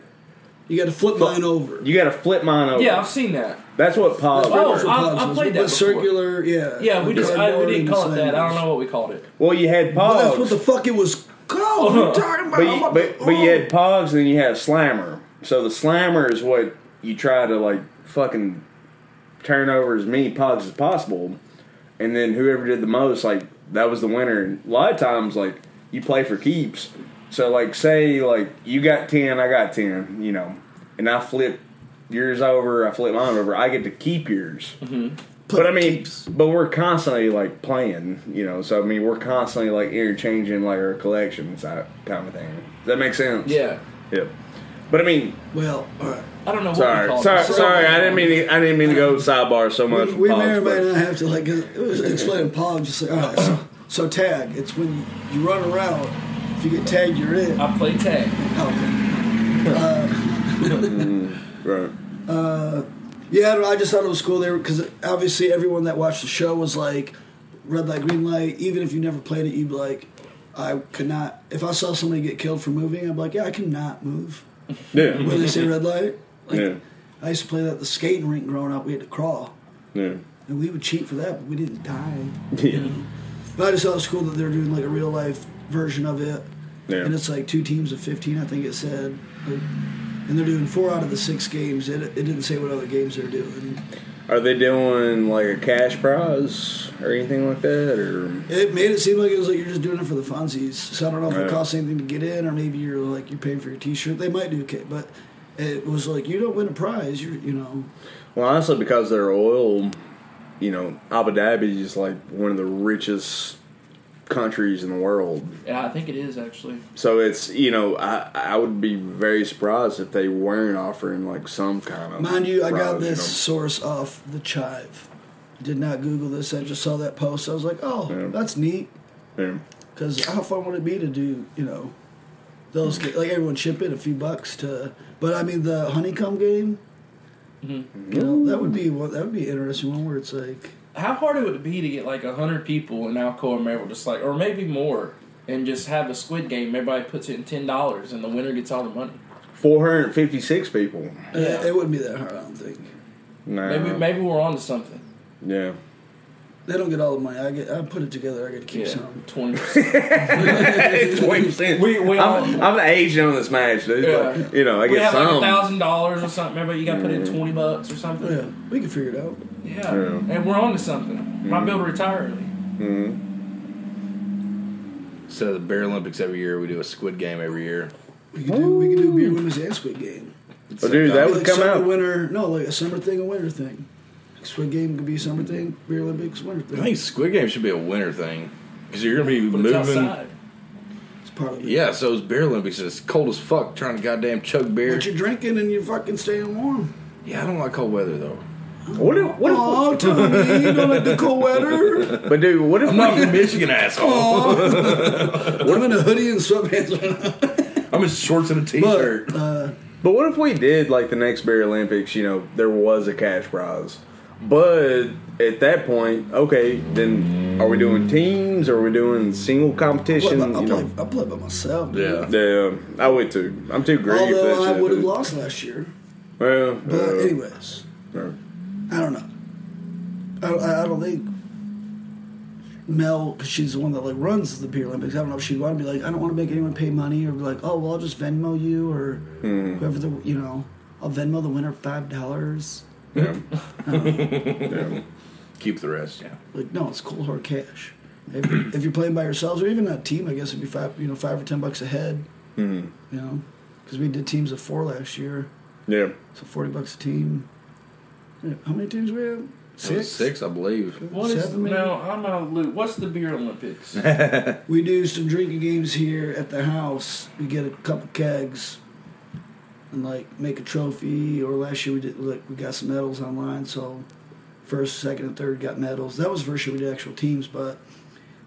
Speaker 1: You got to flip mine over.
Speaker 3: you got to flip mine over.
Speaker 5: Yeah, I've seen that.
Speaker 3: that's what pog.
Speaker 5: Oh,
Speaker 1: For
Speaker 5: I- I
Speaker 1: Pogs was
Speaker 5: played that
Speaker 1: with
Speaker 5: before.
Speaker 1: circular, yeah.
Speaker 5: Yeah, we
Speaker 1: with
Speaker 5: just I,
Speaker 1: cardboard
Speaker 5: we didn't
Speaker 1: and
Speaker 5: call it that. I don't
Speaker 1: sliders.
Speaker 5: know what we called it.
Speaker 3: Well, you had
Speaker 1: Well,
Speaker 3: pogs,
Speaker 1: that's what the fuck it was called. What are you talking about?
Speaker 3: Uh-huh. but,
Speaker 1: I'm
Speaker 3: you,
Speaker 1: up-
Speaker 3: but but you
Speaker 1: oh.
Speaker 3: had pogs, and then you had a slammer. So the slammer is what you try to like fucking turn over as many pogs as possible. and then whoever did the most, like that was the winner. And a lot of times, like you play for keeps. So like, say like you got ten, I got ten, you know, and I flip yours over, I flip mine over, I get to keep yours.
Speaker 5: Mm-hmm.
Speaker 3: But I mean, but we're constantly like playing, you know. So I mean, we're constantly like interchanging like our collections, that kind of thing. Does that make sense?
Speaker 5: Yeah.
Speaker 3: Yep. But I mean,
Speaker 1: Oh. Well, all right.
Speaker 5: I don't know what we
Speaker 3: sorry,
Speaker 5: call
Speaker 3: sorry,
Speaker 5: it.
Speaker 3: sorry. I didn't mean to, I didn't mean to go sidebar so much.
Speaker 1: We, we may or may
Speaker 3: Apologies, but-
Speaker 1: not have to like it was explain Paul just like all right. So, so tag. It's when you run around. If you get tagged, you're in.
Speaker 5: I play tag.
Speaker 1: Oh,
Speaker 3: Right.
Speaker 1: yeah, I don't know, I just thought it was cool there because obviously everyone that watched the show was like red light, green light. Even if you never played it, you'd be like, I could not. If I saw somebody get killed for moving, I'd be like, yeah, I cannot move.
Speaker 3: Yeah.
Speaker 1: When they say red light, like
Speaker 3: Yeah.
Speaker 1: I used to play that at the skating rink growing up. We had to crawl.
Speaker 3: Yeah.
Speaker 1: And we would cheat for that, but we didn't die.
Speaker 3: Yeah.
Speaker 1: But I just thought it was cool that they're doing like a real life version of it.
Speaker 3: Yeah.
Speaker 1: And it's like two teams of 15, I think it said. Like, and they're doing four out of the six games. It, it didn't say what other games they're doing.
Speaker 3: Are they doing like a cash prize or anything like that, or
Speaker 1: It made it seem like it was like you're just doing it for the funsies. So I don't know if
Speaker 3: Right.
Speaker 1: it costs anything to get in, or maybe you're like you're paying for your T-shirt. They might do okay, but it was like you don't win a prize. You you know
Speaker 3: Well, honestly, because they're oil, you know, Abu Dhabi is like one of the richest countries in the world.
Speaker 5: Yeah, I think it is actually.
Speaker 3: So it's you know, I I would be very surprised if they weren't offering like some kind of.
Speaker 1: Mind you, I got
Speaker 3: prize,
Speaker 1: this source off the Chive. Did not Google this. I just saw that post. I was like, oh,
Speaker 3: Yeah.
Speaker 1: that's neat.
Speaker 3: you know?
Speaker 1: Because how fun would it be to do you know those ga- like everyone chip in a few bucks to? But I mean the honeycomb game.
Speaker 5: Mm-hmm.
Speaker 1: You know, that would be one that would be an interesting one where it's like
Speaker 5: How hard it would be to get like hundred people in Alcoa Merrill, just like, or maybe more, and just have a Squid Game. Everybody puts in ten dollars, and the winner gets all the money.
Speaker 3: Four hundred fifty-six people.
Speaker 1: uh,
Speaker 5: Yeah.
Speaker 1: it wouldn't be that hard. I don't think
Speaker 3: No.
Speaker 5: Maybe maybe we're onto something.
Speaker 3: Yeah.
Speaker 1: they don't get all the money. I get I put it together. I get to keep
Speaker 5: Yeah,
Speaker 1: some.
Speaker 5: twenty. percent
Speaker 3: Twenty percent.
Speaker 5: We we all,
Speaker 3: I'm, I'm aging on this match, dude. but,
Speaker 5: Yeah.
Speaker 3: you know, I
Speaker 5: we
Speaker 3: get
Speaker 5: have like a
Speaker 3: some.
Speaker 5: thousand dollars or something. Everybody, you got to put in twenty bucks or something.
Speaker 1: Yeah, we can figure it out.
Speaker 5: Yeah, and we're on to something. Might be able to retire early.
Speaker 4: Instead of the Bear Olympics every year, we do a Squid Game every year.
Speaker 1: We can do we can do beer women's and squid game.
Speaker 3: Well, dude, that
Speaker 1: Be
Speaker 3: would
Speaker 1: like
Speaker 3: come
Speaker 1: summer
Speaker 3: out.
Speaker 1: winter. No, like a summer thing, a winter thing. Squid game could be summer thing. Beer Olympics winter
Speaker 4: I
Speaker 1: thing.
Speaker 4: think Squid Game should be a winter thing because you're gonna be
Speaker 5: But
Speaker 4: moving.
Speaker 5: it's outside.
Speaker 1: It's part of it.
Speaker 4: Yeah, so it's Bear Olympics. and It's cold as fuck trying to goddamn chug beer.
Speaker 1: But you're drinking and you're fucking staying warm.
Speaker 4: Yeah, I don't like cold weather though.
Speaker 3: What if? What if?
Speaker 1: Oh, Tommy, you don't like the cold weather.
Speaker 3: But dude, what if?
Speaker 4: I'm not from Michigan, asshole.
Speaker 1: Aw. I'm in a hoodie and sweatpants.
Speaker 4: I'm in shorts and a t-shirt.
Speaker 3: But what if we did like the next Bear Olympics? You know, there was a cash prize, but at that point, okay, then are we doing teams? Are we doing
Speaker 1: I
Speaker 3: single
Speaker 1: play,
Speaker 3: competition?
Speaker 1: by, I,
Speaker 3: you
Speaker 1: play,
Speaker 3: know,
Speaker 1: I play by myself. dude.
Speaker 4: yeah.
Speaker 3: yeah, I would too. I'm too greedy. for that
Speaker 1: Although I
Speaker 3: shit,
Speaker 1: would have
Speaker 3: dude.
Speaker 1: lost last year.
Speaker 3: Well,
Speaker 1: But
Speaker 3: uh,
Speaker 1: anyways,
Speaker 3: uh,
Speaker 1: I don't know. I don't, I I don't think Mel, because she's the one that like runs the Beer Olympics. I don't know if she'd want to be like, I don't want to make anyone pay money, or be like, oh well, I'll just Venmo you, or whoever the you know, I'll Venmo the winner five dollars.
Speaker 3: yeah.
Speaker 4: Keep the rest. Yeah.
Speaker 1: Like, no, it's cold hard cash. If, if you're playing by yourselves or even a team, I guess it'd be five, you know, five or ten bucks a head. Mm-hmm. You know, because we did teams of four last year,
Speaker 3: yeah.
Speaker 1: so forty bucks a team. Yeah, How many teams we have?
Speaker 4: Six,
Speaker 1: Six.
Speaker 4: six I believe.
Speaker 5: What is
Speaker 1: Seven, maybe?
Speaker 5: no? I'm out of the loop. What's the beer Olympics?
Speaker 1: We do some drinking games here at the house. We get a couple kegs and like make a trophy. Or last year we did like we got some medals online. So first, second, and third got medals. That was the first year we did actual teams, but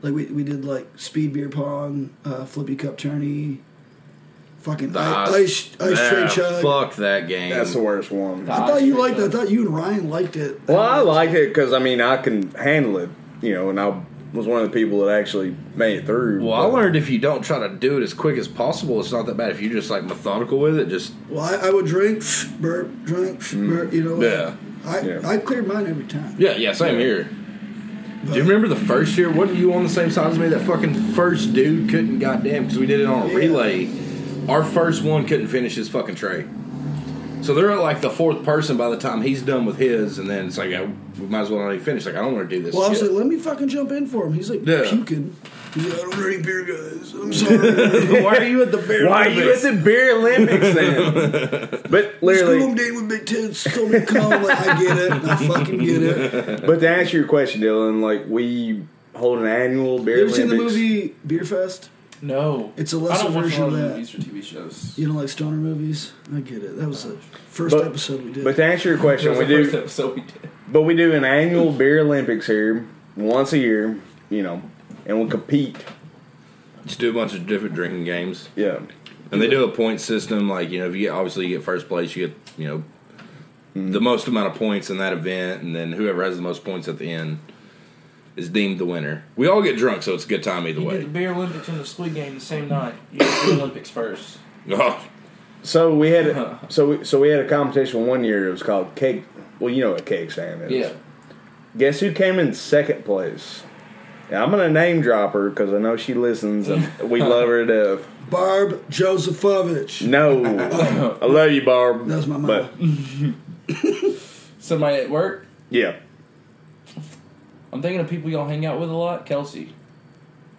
Speaker 1: like we, we did like speed beer pong, uh, flippy cup tourney, fucking
Speaker 4: The
Speaker 1: ice ice, ice tray
Speaker 4: Ah,
Speaker 1: chug.
Speaker 4: Fuck that game.
Speaker 3: That's the worst one.
Speaker 1: I thought you liked. it. I thought you and Ryan liked it.
Speaker 3: Well, I like it because I mean I can handle it, you know, and I was one of the people that actually made it through.
Speaker 4: Well, I
Speaker 3: but-
Speaker 4: learned if you don't try to do it as quick as possible, it's not that bad. If you're just like methodical with it, just
Speaker 1: Well, I, I would drink, burp, drink, burp. You know.
Speaker 4: Mm, Yeah.
Speaker 1: I
Speaker 3: Yeah.
Speaker 1: I cleared mine every time.
Speaker 4: yeah, yeah, same here. Do you remember the first year? Wasn't you on the same side as me? That fucking first dude couldn't goddamn because we did it on a
Speaker 1: Yeah.
Speaker 4: relay. Our first one couldn't finish his fucking tray. So they're at like the fourth person by the time he's done with his, and then it's like I, we might as well not even finish. Like I don't want to do this.
Speaker 1: Well, I was
Speaker 4: shit.
Speaker 1: like, let me fucking jump in for him. He's like
Speaker 4: Yeah.
Speaker 1: puking. He's like, I don't drink beer, guys. I'm sorry.
Speaker 4: why are you at the beer?
Speaker 3: Why are you at the beer Olympics then? but
Speaker 1: School I'm
Speaker 3: literally,
Speaker 1: dating with big tits. Told me to come. I'm Like, I get it. I fucking get it.
Speaker 3: but to answer your question, Dylan, like we hold an annual beer.
Speaker 1: You ever seen the
Speaker 3: Olympics.
Speaker 1: movie Beer Fest?
Speaker 5: No,
Speaker 1: It's a
Speaker 5: I
Speaker 1: lesser
Speaker 5: don't watch
Speaker 1: version
Speaker 5: a
Speaker 1: of
Speaker 5: lot of
Speaker 1: that.
Speaker 5: movies or TV shows.
Speaker 1: You don't like stoner movies? I get it. That was the first
Speaker 3: But-
Speaker 1: episode we did.
Speaker 3: But to answer your
Speaker 5: That
Speaker 3: question,
Speaker 5: was
Speaker 3: we
Speaker 5: the first
Speaker 3: do,
Speaker 5: episode we did.
Speaker 3: but we do an annual beer Olympics here once a year, you know, and we compete.
Speaker 4: Just do a bunch of different drinking games,
Speaker 3: Yeah,
Speaker 4: and they do a point system. Like you know, if you get obviously you get first place, you get you know the most amount of points in that event, and then whoever has the most points at the end is deemed the winner. We all get drunk, so it's a good time either
Speaker 5: You did
Speaker 4: way.
Speaker 5: the Beer Olympics and the Squid Game the same night. You did the Olympics first.
Speaker 4: Oh,
Speaker 3: So we had
Speaker 5: Uh-huh.
Speaker 3: so we, so we had a competition one year. It was called cake. Well, you know what cake stand is.
Speaker 5: Yeah.
Speaker 3: Guess who came in second place? Now, I'm gonna name drop her because I know she listens and we love her to death.
Speaker 1: Barb Josefovich.
Speaker 3: No, I love you, Barb.
Speaker 1: That was my mama.
Speaker 3: But
Speaker 5: Somebody at work.
Speaker 3: yeah,
Speaker 5: I'm thinking of people y'all hang out with a lot. Kelsey.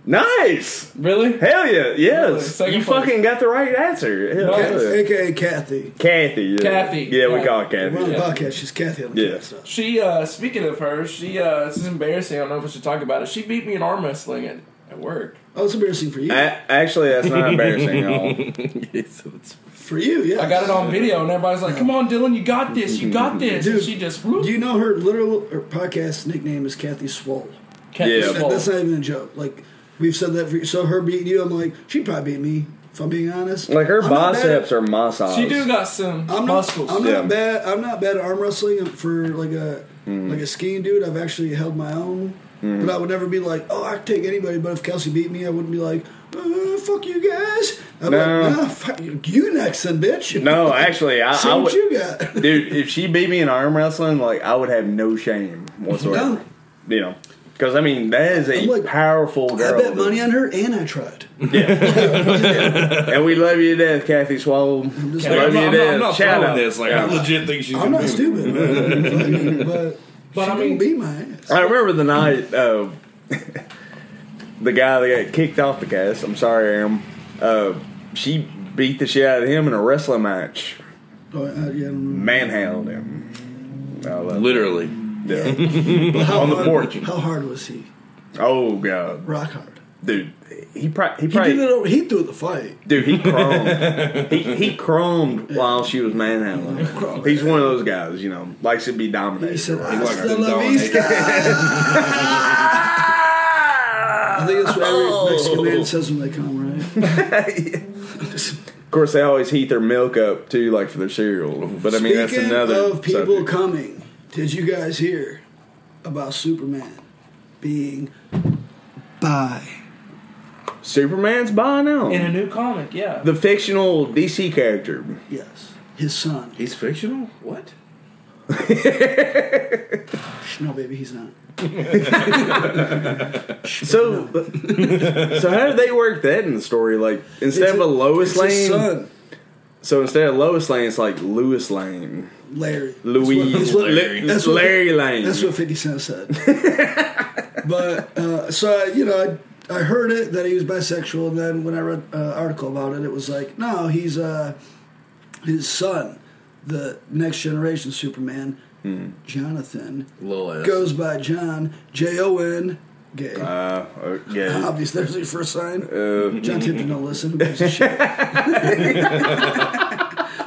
Speaker 3: nice.
Speaker 5: Really?
Speaker 3: Hell yeah, yes.
Speaker 5: Second
Speaker 3: you
Speaker 5: place.
Speaker 3: fucking got the right answer. Hell
Speaker 5: Nice.
Speaker 3: yeah.
Speaker 1: AKA Kathy.
Speaker 3: Kathy. Yeah.
Speaker 5: Kathy.
Speaker 3: Yeah, we
Speaker 5: Yeah.
Speaker 1: We're
Speaker 3: call her
Speaker 1: on
Speaker 3: Kathy.
Speaker 1: the
Speaker 5: Yeah.
Speaker 1: podcast. She's Kathy on the
Speaker 3: Yeah.
Speaker 1: cat stuff.
Speaker 5: She, uh, speaking of her, she, uh, this is embarrassing. I don't know if I should talk about it. She beat me in arm wrestling at, at work.
Speaker 1: Oh, it's embarrassing for you.
Speaker 3: A- actually, that's not embarrassing at all.
Speaker 4: it's, it's
Speaker 1: for you, yeah.
Speaker 5: I got it on video, and everybody's like, come on, Dylan, you got this, you got this.
Speaker 1: Dude,
Speaker 5: and she just, whoop.
Speaker 1: Do you know her literal her podcast nickname is Kathy Swole?
Speaker 5: kept
Speaker 3: Yeah.
Speaker 5: this
Speaker 1: That-
Speaker 5: ball.
Speaker 1: that's not even a joke. Like we've said that. for So her beating you, I'm like she probably beat me. If I'm being honest,
Speaker 3: Like her
Speaker 1: I'm not bad
Speaker 3: biceps are massaged.
Speaker 5: She do got some
Speaker 1: I'm not,
Speaker 5: muscles.
Speaker 1: I'm
Speaker 3: Yeah.
Speaker 1: not bad. I'm not bad at arm wrestling for like a
Speaker 3: Mm.
Speaker 1: like a skiing dude. I've actually held my own, but I would never be like, oh, I could take anybody. But if Kelsey beat me, I wouldn't be like, uh, fuck you guys. I'm
Speaker 3: No.
Speaker 1: like, nah, fuck you, you next, then, bitch.
Speaker 3: No, actually, I,
Speaker 1: see
Speaker 3: I
Speaker 1: what
Speaker 3: would.
Speaker 1: you got.
Speaker 3: dude, if she beat me in arm wrestling, like I would have no shame whatsoever. You know, because I mean that is a
Speaker 1: I'm like,
Speaker 3: powerful girl.
Speaker 1: I bet money on her, and I tried.
Speaker 3: and we love you to death, Kathy Swallow.
Speaker 1: just
Speaker 3: love
Speaker 4: Like,
Speaker 3: you
Speaker 4: I'm not,
Speaker 3: to death.
Speaker 4: I'm not- I'm not
Speaker 3: Shout
Speaker 4: throwing
Speaker 3: out.
Speaker 4: this. Like I legit think she's.
Speaker 1: I'm
Speaker 4: gonna
Speaker 1: not
Speaker 4: be-
Speaker 1: stupid, man. but,
Speaker 5: But
Speaker 1: she
Speaker 5: I mean-
Speaker 1: gonna beat my ass.
Speaker 3: I remember the night uh, the guy that got kicked off the cast. I'm sorry, Aaron. Uh, she beat the shit out of him in a wrestling match,
Speaker 1: Oh, I, yeah, I don't know.
Speaker 3: manhandled him. I love
Speaker 4: Literally,
Speaker 3: it. Yeah.
Speaker 1: But how
Speaker 3: on the
Speaker 1: hard-
Speaker 3: porch.
Speaker 1: How hard was he?
Speaker 3: Oh god,
Speaker 1: Rock hard.
Speaker 3: dude. He, pro- he
Speaker 1: He
Speaker 3: probably
Speaker 1: did it. Over, he threw the fight.
Speaker 3: Dude, he chromed. he he chromed while she was manhandling. He's one of those guys, you know, likes to be
Speaker 1: He
Speaker 3: dominated.
Speaker 1: said,
Speaker 3: right?
Speaker 4: like
Speaker 1: "Hasta
Speaker 4: a
Speaker 1: la
Speaker 4: dog.
Speaker 1: vista." I think that's what every
Speaker 3: Oh.
Speaker 1: Mexican man says when they come, right?
Speaker 3: of course, they always heat their milk up too, like for their cereal. But I mean, that's
Speaker 1: Speaking
Speaker 3: another.
Speaker 1: of people
Speaker 3: subject.
Speaker 1: coming, did you guys hear about Superman being by?
Speaker 3: Superman's by now.
Speaker 5: in a new comic, yeah.
Speaker 3: the fictional DC character.
Speaker 1: Yes, his son.
Speaker 4: he's fictional. What?
Speaker 1: Shh, No, baby, he's not.
Speaker 3: So, so how did they work that in the story? Like instead
Speaker 1: It's
Speaker 3: of
Speaker 1: a-
Speaker 3: a Lois
Speaker 1: it's his
Speaker 3: Lane,
Speaker 1: son,
Speaker 3: so instead of Lois Lane, it's like Lewis Lane,
Speaker 1: Larry.
Speaker 3: Louise,
Speaker 1: That's what-
Speaker 3: Larry,
Speaker 1: that's what-
Speaker 3: Larry Lane.
Speaker 1: That's what 50 Cent said. but, uh, so, I, you know, I, I heard it that he was bisexual, and then when I read an article about it, it was like, no, he's uh, his son, the next generation Superman, Jonathan,
Speaker 4: Lil S.
Speaker 1: goes by John, J O N, gay.
Speaker 3: uh, okay.
Speaker 1: Obvious, there's your first sign.
Speaker 3: Uh,
Speaker 1: John Tipton don't listen. Who gives a shit?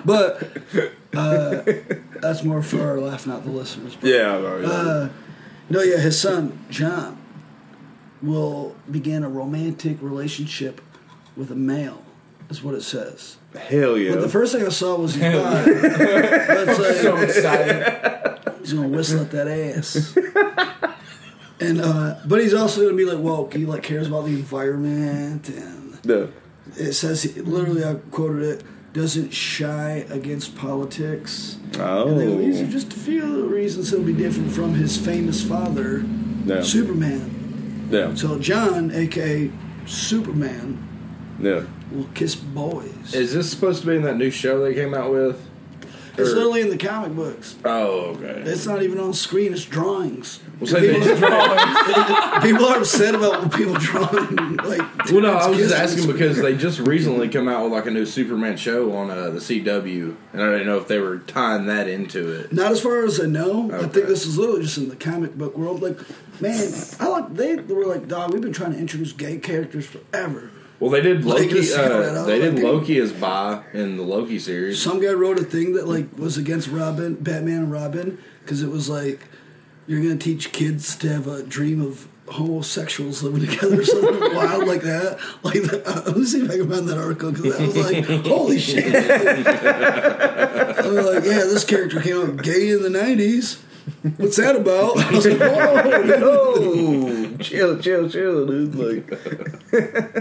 Speaker 1: but uh, that's more for our laugh, not the listeners. But,
Speaker 3: Yeah. no,
Speaker 1: uh,
Speaker 3: yeah.
Speaker 1: No, yeah, his son John will begin a romantic relationship with a male. Is what it says.
Speaker 3: Hell yeah.
Speaker 1: But the first thing I saw was he's bi. That's like,
Speaker 5: so excited.
Speaker 1: he's gonna whistle at that ass. And uh, but he's also gonna be like woke. He like cares about the environment and
Speaker 3: The-
Speaker 1: it says literally I quoted it doesn't shy against politics.
Speaker 3: oh.
Speaker 1: And they go, These are just a few of the reasons he'll be different from his famous father,
Speaker 3: yeah.
Speaker 1: Superman.
Speaker 3: yeah.
Speaker 1: So John, aka Superman,
Speaker 3: Yeah.
Speaker 1: will kiss boys.
Speaker 4: Is this supposed to be in that new show they came out with?
Speaker 1: It's
Speaker 4: Or-
Speaker 1: literally in the comic books.
Speaker 4: Oh, okay.
Speaker 1: It's not even on screen. It's drawings.
Speaker 4: Well, say they just
Speaker 1: people are upset about what people drawing. Like,
Speaker 4: Well, no, I was
Speaker 1: dudes
Speaker 4: just
Speaker 1: kissing.
Speaker 4: asking because they just recently come out with like a new Superman show on uh, the CW, and I didn't know if they were tying that into it.
Speaker 1: Not as far as I know. I
Speaker 4: Okay.
Speaker 1: think this is literally just in the comic book world. Like, man, I like they, they were like, dog, we've been trying to introduce gay characters forever.
Speaker 4: Well, they did
Speaker 1: Like,
Speaker 4: Loki.
Speaker 1: just throw that
Speaker 4: Uh,
Speaker 1: out
Speaker 4: they did
Speaker 1: like-
Speaker 4: Loki as bi in the Loki series.
Speaker 1: Some guy wrote a thing that like was against Robin, Batman and Robin, because it was like you're gonna teach kids to have a dream of homosexuals living together or something wild like that. Like, that, uh, let me see if I can find that article because I was like, holy shit! I was like, yeah, this character came out gay in the '90s. What's that about? I was like, whoa,
Speaker 3: no, Oh, chill, chill, chill, dude. Like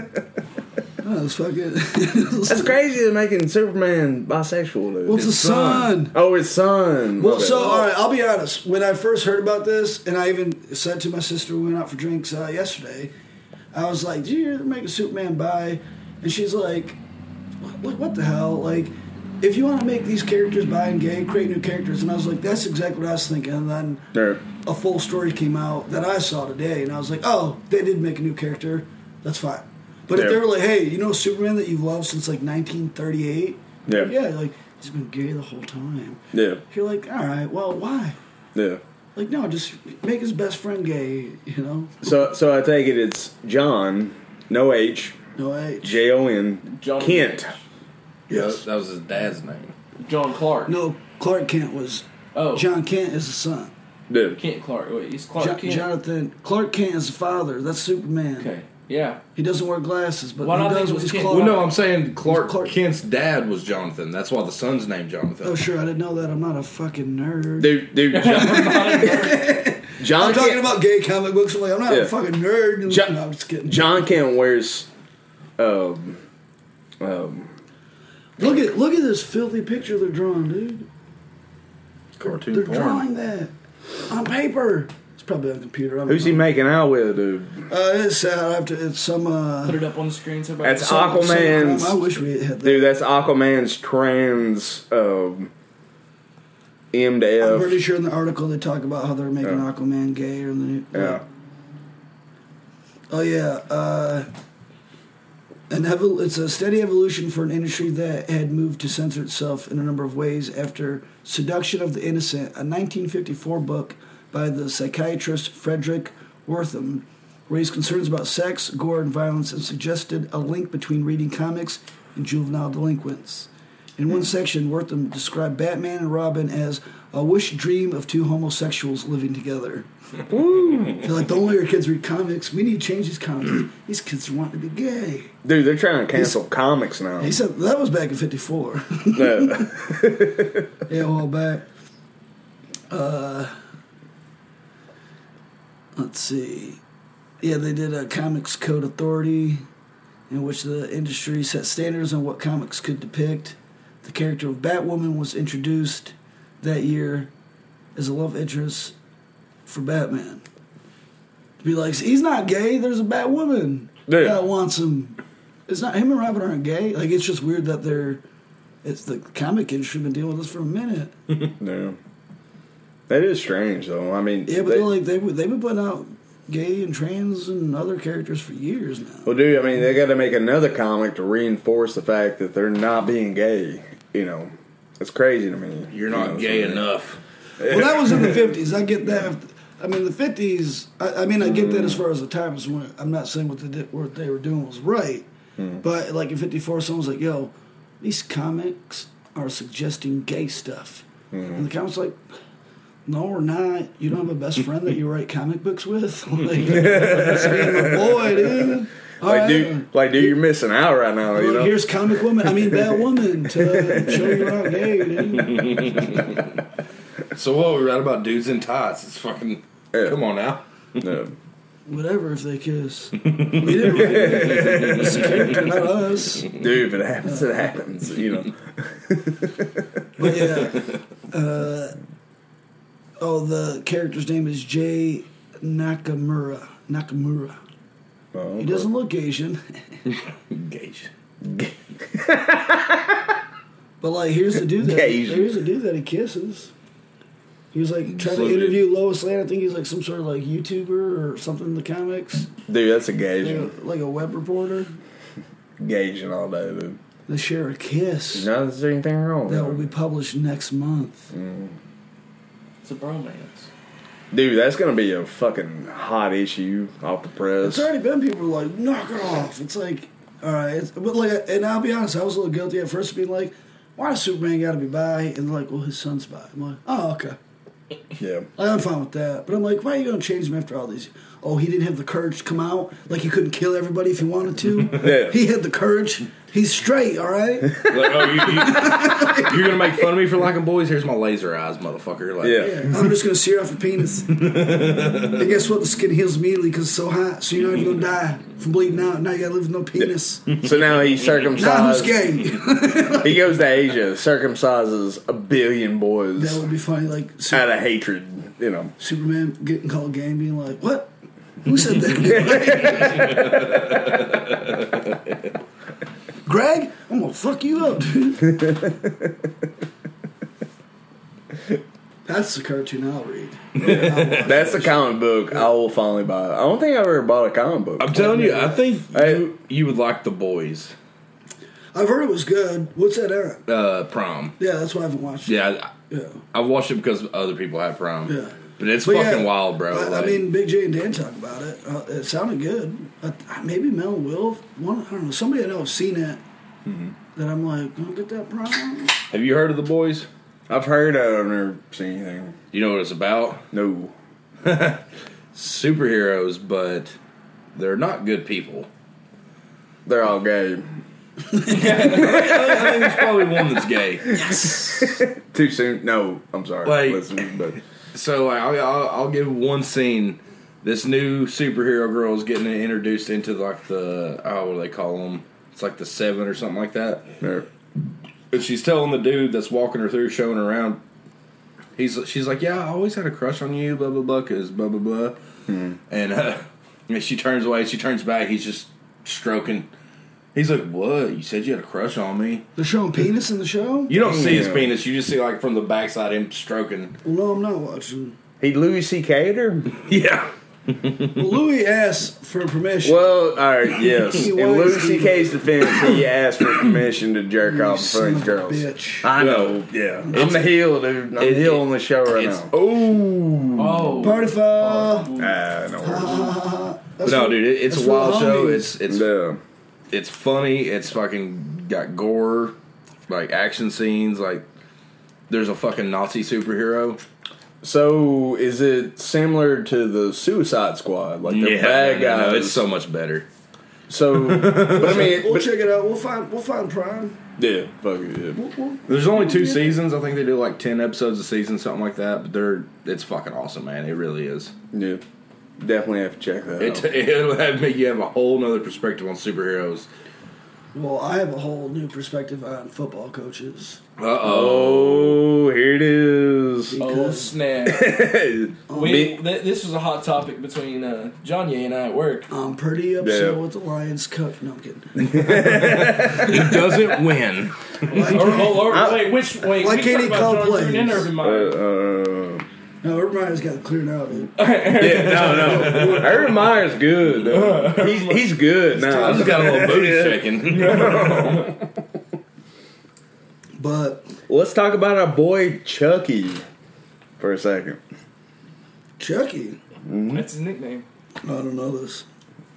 Speaker 1: Oh, it's fucking. it's
Speaker 3: that's crazy. They're making Superman bisexual, dude.
Speaker 1: Well, it's the sun.
Speaker 3: Oh, his son.
Speaker 1: Well,
Speaker 3: Okay.
Speaker 1: so all right, I'll be honest. When I first heard about this, and I even said to my sister, we went out for drinks uh, yesterday. I was like, "Did you hear they're making Superman bi?" And she's like, "What- "Like what the hell? Like, if you want to make these characters bi and gay, create new characters." And I was like, "That's exactly what I was thinking." And then
Speaker 3: There.
Speaker 1: a full story came out that I saw today, and I was like, "Oh, they did make a new character. That's fine." But if
Speaker 3: Yeah.
Speaker 1: they were like, "Hey, you know Superman that you've loved since like 1938?"
Speaker 3: Yeah.
Speaker 1: yeah, like he's been gay the whole time.
Speaker 3: Yeah,
Speaker 1: You're like, all right, well, why?
Speaker 3: yeah.
Speaker 1: Like, no, just make his best friend gay, you know?
Speaker 3: So, so I take it it's John, no H,
Speaker 1: No H.
Speaker 3: J O N,
Speaker 5: John
Speaker 3: Kent.
Speaker 1: Yes.
Speaker 4: That was his dad's name.
Speaker 5: John Clark.
Speaker 1: No, Clark Kent was.
Speaker 5: Oh.
Speaker 1: John Kent is the son.
Speaker 3: Dude,
Speaker 5: Kent Clark. Wait, he's Clark
Speaker 1: Jo-
Speaker 5: Kent.
Speaker 1: Jonathan. Clark Kent is the father. That's Superman.
Speaker 5: okay. Yeah.
Speaker 1: He doesn't wear glasses, but
Speaker 5: Why
Speaker 1: he
Speaker 5: not think
Speaker 1: does
Speaker 5: it
Speaker 1: what
Speaker 5: was
Speaker 1: he's
Speaker 5: Kent?
Speaker 1: Clark.
Speaker 4: Well, no, I'm saying Clark,
Speaker 1: Uh, Clark.
Speaker 4: Kent's dad was Jonathan. That's why the son's named Jonathan.
Speaker 1: Oh, sure, I didn't know that. I'm not a fucking nerd.
Speaker 3: dude, dude. John, John
Speaker 1: I'm talking
Speaker 3: Kent,
Speaker 1: about gay comic books. I'm like, I'm not
Speaker 3: Yeah.
Speaker 1: a fucking nerd.
Speaker 3: Jo-
Speaker 1: no, I'm just kidding.
Speaker 3: John Kent wears, um, um,
Speaker 1: look at look at this filthy picture they're drawing, dude.
Speaker 4: Cartoon
Speaker 1: They're
Speaker 4: porn.
Speaker 1: drawing that on paper. It's probably on a computer. I don't
Speaker 3: who's he
Speaker 1: know.
Speaker 3: making out with, dude?
Speaker 1: Uh, it's sad. I have to. It's some. Uh,
Speaker 5: Put it up on the screen so everybody
Speaker 3: That's
Speaker 5: can
Speaker 1: some
Speaker 5: see.
Speaker 1: crime.
Speaker 3: Aquaman's.
Speaker 1: I wish we had that.
Speaker 3: Dude, that's Aquaman's trans um, M to F.
Speaker 1: I'm pretty sure in the article they talk about how they're making
Speaker 3: Yeah.
Speaker 1: Aquaman gay or the new.
Speaker 3: Yeah.
Speaker 1: Oh yeah. Uh, an evol- it's a steady evolution for an industry that had moved to censor itself in a number of ways after Seduction of the Innocent, a 1954 book by the psychiatrist Frederick Wortham, raised concerns about sex, gore, and violence, and suggested a link between reading comics and juvenile delinquents. In one section, Wortham described Batman and Robin as a wish dream of two homosexuals living together. They're like, don't let your kids read comics. We need to change these comics. these kids want to be gay.
Speaker 3: Dude, they're trying to cancel comics now.
Speaker 1: He said that was back in '54.
Speaker 3: No.
Speaker 1: yeah, a while back. Uh, let's see. Yeah, they did a Comics Code Authority, in which the industry set standards on what comics could depict. The character of Batwoman was introduced that year as a love interest for Batman. To be like, he's not gay. There's a Batwoman
Speaker 3: Yeah.
Speaker 1: that wants him. It's not him and Robin aren't gay. Like it's just weird that they're. It's the comic industry been dealing with this for a minute.
Speaker 3: no. That is strange, though. I mean,
Speaker 1: Yeah, but
Speaker 3: they-
Speaker 1: they're like they they've been putting out gay and trans and other characters for years now.
Speaker 3: well, dude, I mean, they got to make another comic to reinforce the fact that they're not being gay. You know, it's crazy to me.
Speaker 4: You're not
Speaker 3: You know,
Speaker 4: gay
Speaker 3: so-
Speaker 4: enough.
Speaker 1: Well, that was in the fifties. I get that. I mean, the fifties. I, I mean, I get that as far as the times went. I'm not saying what they did, what they were doing was right, but like in '54, someone's like, "Yo, these comics are suggesting gay stuff," and the comics like. No, we're not. You don't have a best friend that you write comic books with. Like, that's being the boy, dude. All
Speaker 3: Like,
Speaker 1: right.
Speaker 3: dude, like, dude, you're missing out right now. You
Speaker 1: Look,
Speaker 3: know,
Speaker 1: Here's comic woman. I mean, bad woman to show you how gay, dude.
Speaker 4: So what we write about dudes in tights? It's fucking.
Speaker 3: Yeah.
Speaker 4: Come on now.
Speaker 3: No.
Speaker 1: Whatever if they kiss. We didn't really It's a character, not us.
Speaker 3: dude, if it happens, it happens. You know,
Speaker 1: But yeah. Uh, oh, the character's name is Jay Nakamura. Nakamura.
Speaker 3: Well,
Speaker 1: He doesn't look Asian,
Speaker 4: Gage.
Speaker 1: But like, here's the dude that
Speaker 3: Yeah, he's-
Speaker 1: here's the dude that he kisses. He was like trying to
Speaker 4: Absolutely.
Speaker 1: interview Lois Lane. I think he's like some sort of like YouTuber or something in the comics,
Speaker 3: Dude, that's engaging.
Speaker 1: like, like a web reporter.
Speaker 3: Engaging all day, dude.
Speaker 1: They share a kiss
Speaker 3: No, is there anything wrong
Speaker 1: that will
Speaker 3: with
Speaker 1: be published next month.
Speaker 5: It's a bromance.
Speaker 3: that? Dude, that's going to be a fucking hot issue off the press.
Speaker 1: It's already been people were like, knock it off. It's like, all right, it's, but like, and I'll be honest, I was a little guilty at first of being like, why does Superman got to be bi? And they're like, well, his son's bi. I'm like, oh, okay.
Speaker 3: Yeah.
Speaker 1: Like, I'm fine with that. But I'm like, why are you going to change him after all these? Oh, he didn't have the courage to come out. Like, he couldn't kill everybody if he wanted to.
Speaker 3: Yeah.
Speaker 1: He had the courage. He's straight, all right?
Speaker 4: Like, oh, you, you, you're gonna make fun of me for liking boys? Here's my laser eyes, motherfucker. Like,
Speaker 3: Yeah.
Speaker 1: Yeah, I'm just going to sear off your penis. and guess what? The skin heals immediately because it's so hot. So you're not even going to die from bleeding out. Now you got to live with no penis.
Speaker 3: So
Speaker 1: Now
Speaker 3: now he's
Speaker 1: who's
Speaker 3: circumcised.
Speaker 1: gay?
Speaker 3: He goes to Asia, circumcises a billion
Speaker 1: That
Speaker 3: boys
Speaker 1: would be funny. Like Su-
Speaker 3: out of hatred, you know.
Speaker 1: Superman getting called gay and being like, "What? Who said that?" Greg, I'm gonna fuck you up, dude. That's the cartoon I'll read.
Speaker 3: That's the comic book I will finally buy. I don't think I've ever bought a comic book.
Speaker 4: I'm telling you, I think
Speaker 3: Hey.
Speaker 4: you, you would like the boys.
Speaker 1: I've heard it was good. What's that era?
Speaker 4: Uh, prom.
Speaker 1: Yeah, that's why I haven't watched it.
Speaker 4: Yeah,
Speaker 1: Yeah.
Speaker 4: I, I watched it because other people had prom.
Speaker 1: Yeah.
Speaker 4: But it's
Speaker 1: But yeah,
Speaker 4: fucking wild, bro.
Speaker 1: I, I
Speaker 4: like,
Speaker 1: mean, Big J and Dan talk about it. Uh, it sounded good. I, I- maybe Mel will. One, I don't know. Somebody I know has seen it. That I'm like, gonna get that problem.
Speaker 4: have you heard of the boys?
Speaker 3: I've heard of it, I've never seen anything.
Speaker 4: You know what it's about?
Speaker 3: No.
Speaker 4: Superheroes, but they're not good people.
Speaker 3: They're all gay.
Speaker 4: I think there's probably one that's gay.
Speaker 3: Too soon? No, I'm sorry.
Speaker 4: Like-
Speaker 3: Listen, but
Speaker 4: So like, I'll, I'll, I'll give one scene. This new superhero girl is getting introduced into like the oh, what do they call them? It's like the seven or something like that.
Speaker 3: they're-
Speaker 4: And she's telling the dude that's walking her through, showing her around. He's she's like, yeah, I always had a crush on you, blah blah blah, cause blah blah blah. And uh, and she turns away, she turns back. He's just stroking. He's like, what? You said you had a crush on me.
Speaker 1: They're showing penis in the show?
Speaker 4: You don't see his
Speaker 3: Yeah.
Speaker 4: penis. You just see like from the backside him stroking.
Speaker 1: Well, no, I'm not watching.
Speaker 3: he Louis C.K. her?
Speaker 4: Yeah.
Speaker 1: Well, Louis asked for permission.
Speaker 3: Well, all right, yes.
Speaker 1: He
Speaker 3: In
Speaker 1: was-
Speaker 3: Louis C.K.'s defense, he asked for permission to jerk off in
Speaker 1: son
Speaker 3: front
Speaker 1: of
Speaker 3: of
Speaker 1: a
Speaker 3: girls.
Speaker 1: bitch.
Speaker 3: I know. Yeah, I'm the heel, dude. I'm the
Speaker 4: it-
Speaker 3: heel on the show right
Speaker 4: It's
Speaker 3: now.
Speaker 4: oh
Speaker 5: Oh,
Speaker 1: Mm. Party foul.
Speaker 3: Ah, no worries.
Speaker 4: no, dude! It, it's
Speaker 1: that's
Speaker 4: a wild
Speaker 1: what
Speaker 4: show.
Speaker 1: homies-
Speaker 4: It's it's
Speaker 3: Yeah.
Speaker 4: it's funny. It's fucking got gore, like action scenes. Like there's a fucking Nazi superhero.
Speaker 3: So is it similar to the Suicide Squad? Like they're bad
Speaker 4: no, no,
Speaker 3: guys.
Speaker 4: no, it's so much better.
Speaker 3: So, but I mean,
Speaker 1: We'll
Speaker 3: but,
Speaker 1: check it out. We'll find. We'll find Prime.
Speaker 3: yeah, fuck it. Yeah.
Speaker 1: We'll, we'll,
Speaker 4: There's only two seasons. I think they do like ten episodes a season, something like that. But they're it's fucking awesome, man. It really is.
Speaker 3: Yeah. definitely have to check that
Speaker 4: It,
Speaker 3: out.
Speaker 4: it'll have make you have a whole nother perspective on superheroes.
Speaker 1: well, I have a whole new perspective on football coaches.
Speaker 4: Uh oh.
Speaker 3: Oh, here it is.
Speaker 5: oh
Speaker 1: Because-
Speaker 5: snap! we,
Speaker 3: Be-
Speaker 5: th- this was a hot topic between uh, John Ye and I at work.
Speaker 1: I'm pretty upset
Speaker 3: Yeah.
Speaker 1: with the Lions Cup. No, I'm kidding.
Speaker 4: He doesn't win.
Speaker 5: Or, or, or wait, which wait?
Speaker 1: why
Speaker 5: we
Speaker 1: can't
Speaker 5: talked
Speaker 1: he
Speaker 5: about
Speaker 1: call
Speaker 5: John
Speaker 1: plays?
Speaker 5: Gruden and Urban Meyer.
Speaker 3: Uh,
Speaker 1: No, Urban Meyer's got to clear it out. Dude.
Speaker 3: yeah, no, no. Urban Meyer's good. though. He's he's good
Speaker 4: I
Speaker 3: now.
Speaker 4: just got a little booty shaking.
Speaker 1: But
Speaker 3: Let's talk about our boy Chucky for a second.
Speaker 1: Chucky,
Speaker 5: That's his nickname.
Speaker 1: I don't know this.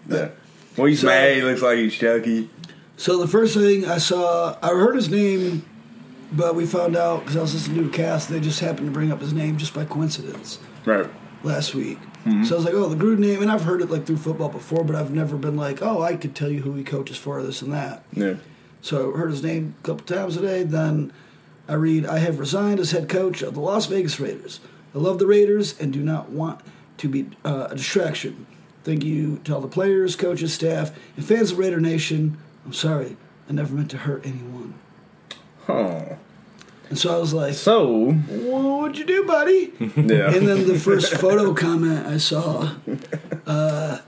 Speaker 3: Yeah. Well, he's mad. He looks like he's Chucky.
Speaker 1: So the first thing I saw, I heard his name, but we found out because I was listening to a cast. They just happened to bring up his name just by coincidence.
Speaker 3: Right.
Speaker 1: last week. So I was like, oh, the Gruden name, and I've heard it like through football before, but I've never been like, oh, I could tell you who he coaches for, this and that.
Speaker 3: Yeah.
Speaker 1: So I heard his name a couple times today. Then I read, I have resigned as head coach of the Las Vegas Raiders. I love the Raiders and do not want to be uh, a distraction. Thank you to all the players, coaches, staff, and fans of Raider Nation. I'm sorry, I never meant to hurt anyone.
Speaker 3: Oh.
Speaker 1: And so I was like,
Speaker 3: So.
Speaker 1: well, what'd you do, buddy?
Speaker 3: Yeah.
Speaker 1: And then the first photo comment I saw, uh,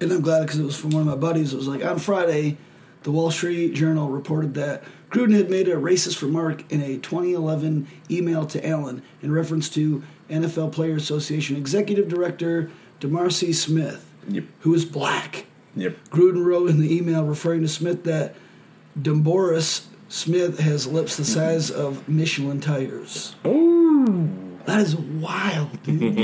Speaker 1: and I'm glad because it was from one of my buddies. It was like on Friday, The Wall Street Journal reported that Gruden had made a racist remark in a 2011 email to Allen in reference to NFL Player Association Executive Director DeMarcy Smith,
Speaker 4: Yep.
Speaker 1: who is black.
Speaker 4: Yep.
Speaker 1: Gruden wrote in the email referring to Smith that Demboris Smith has lips the size of Michelin tires. That is wild, dude.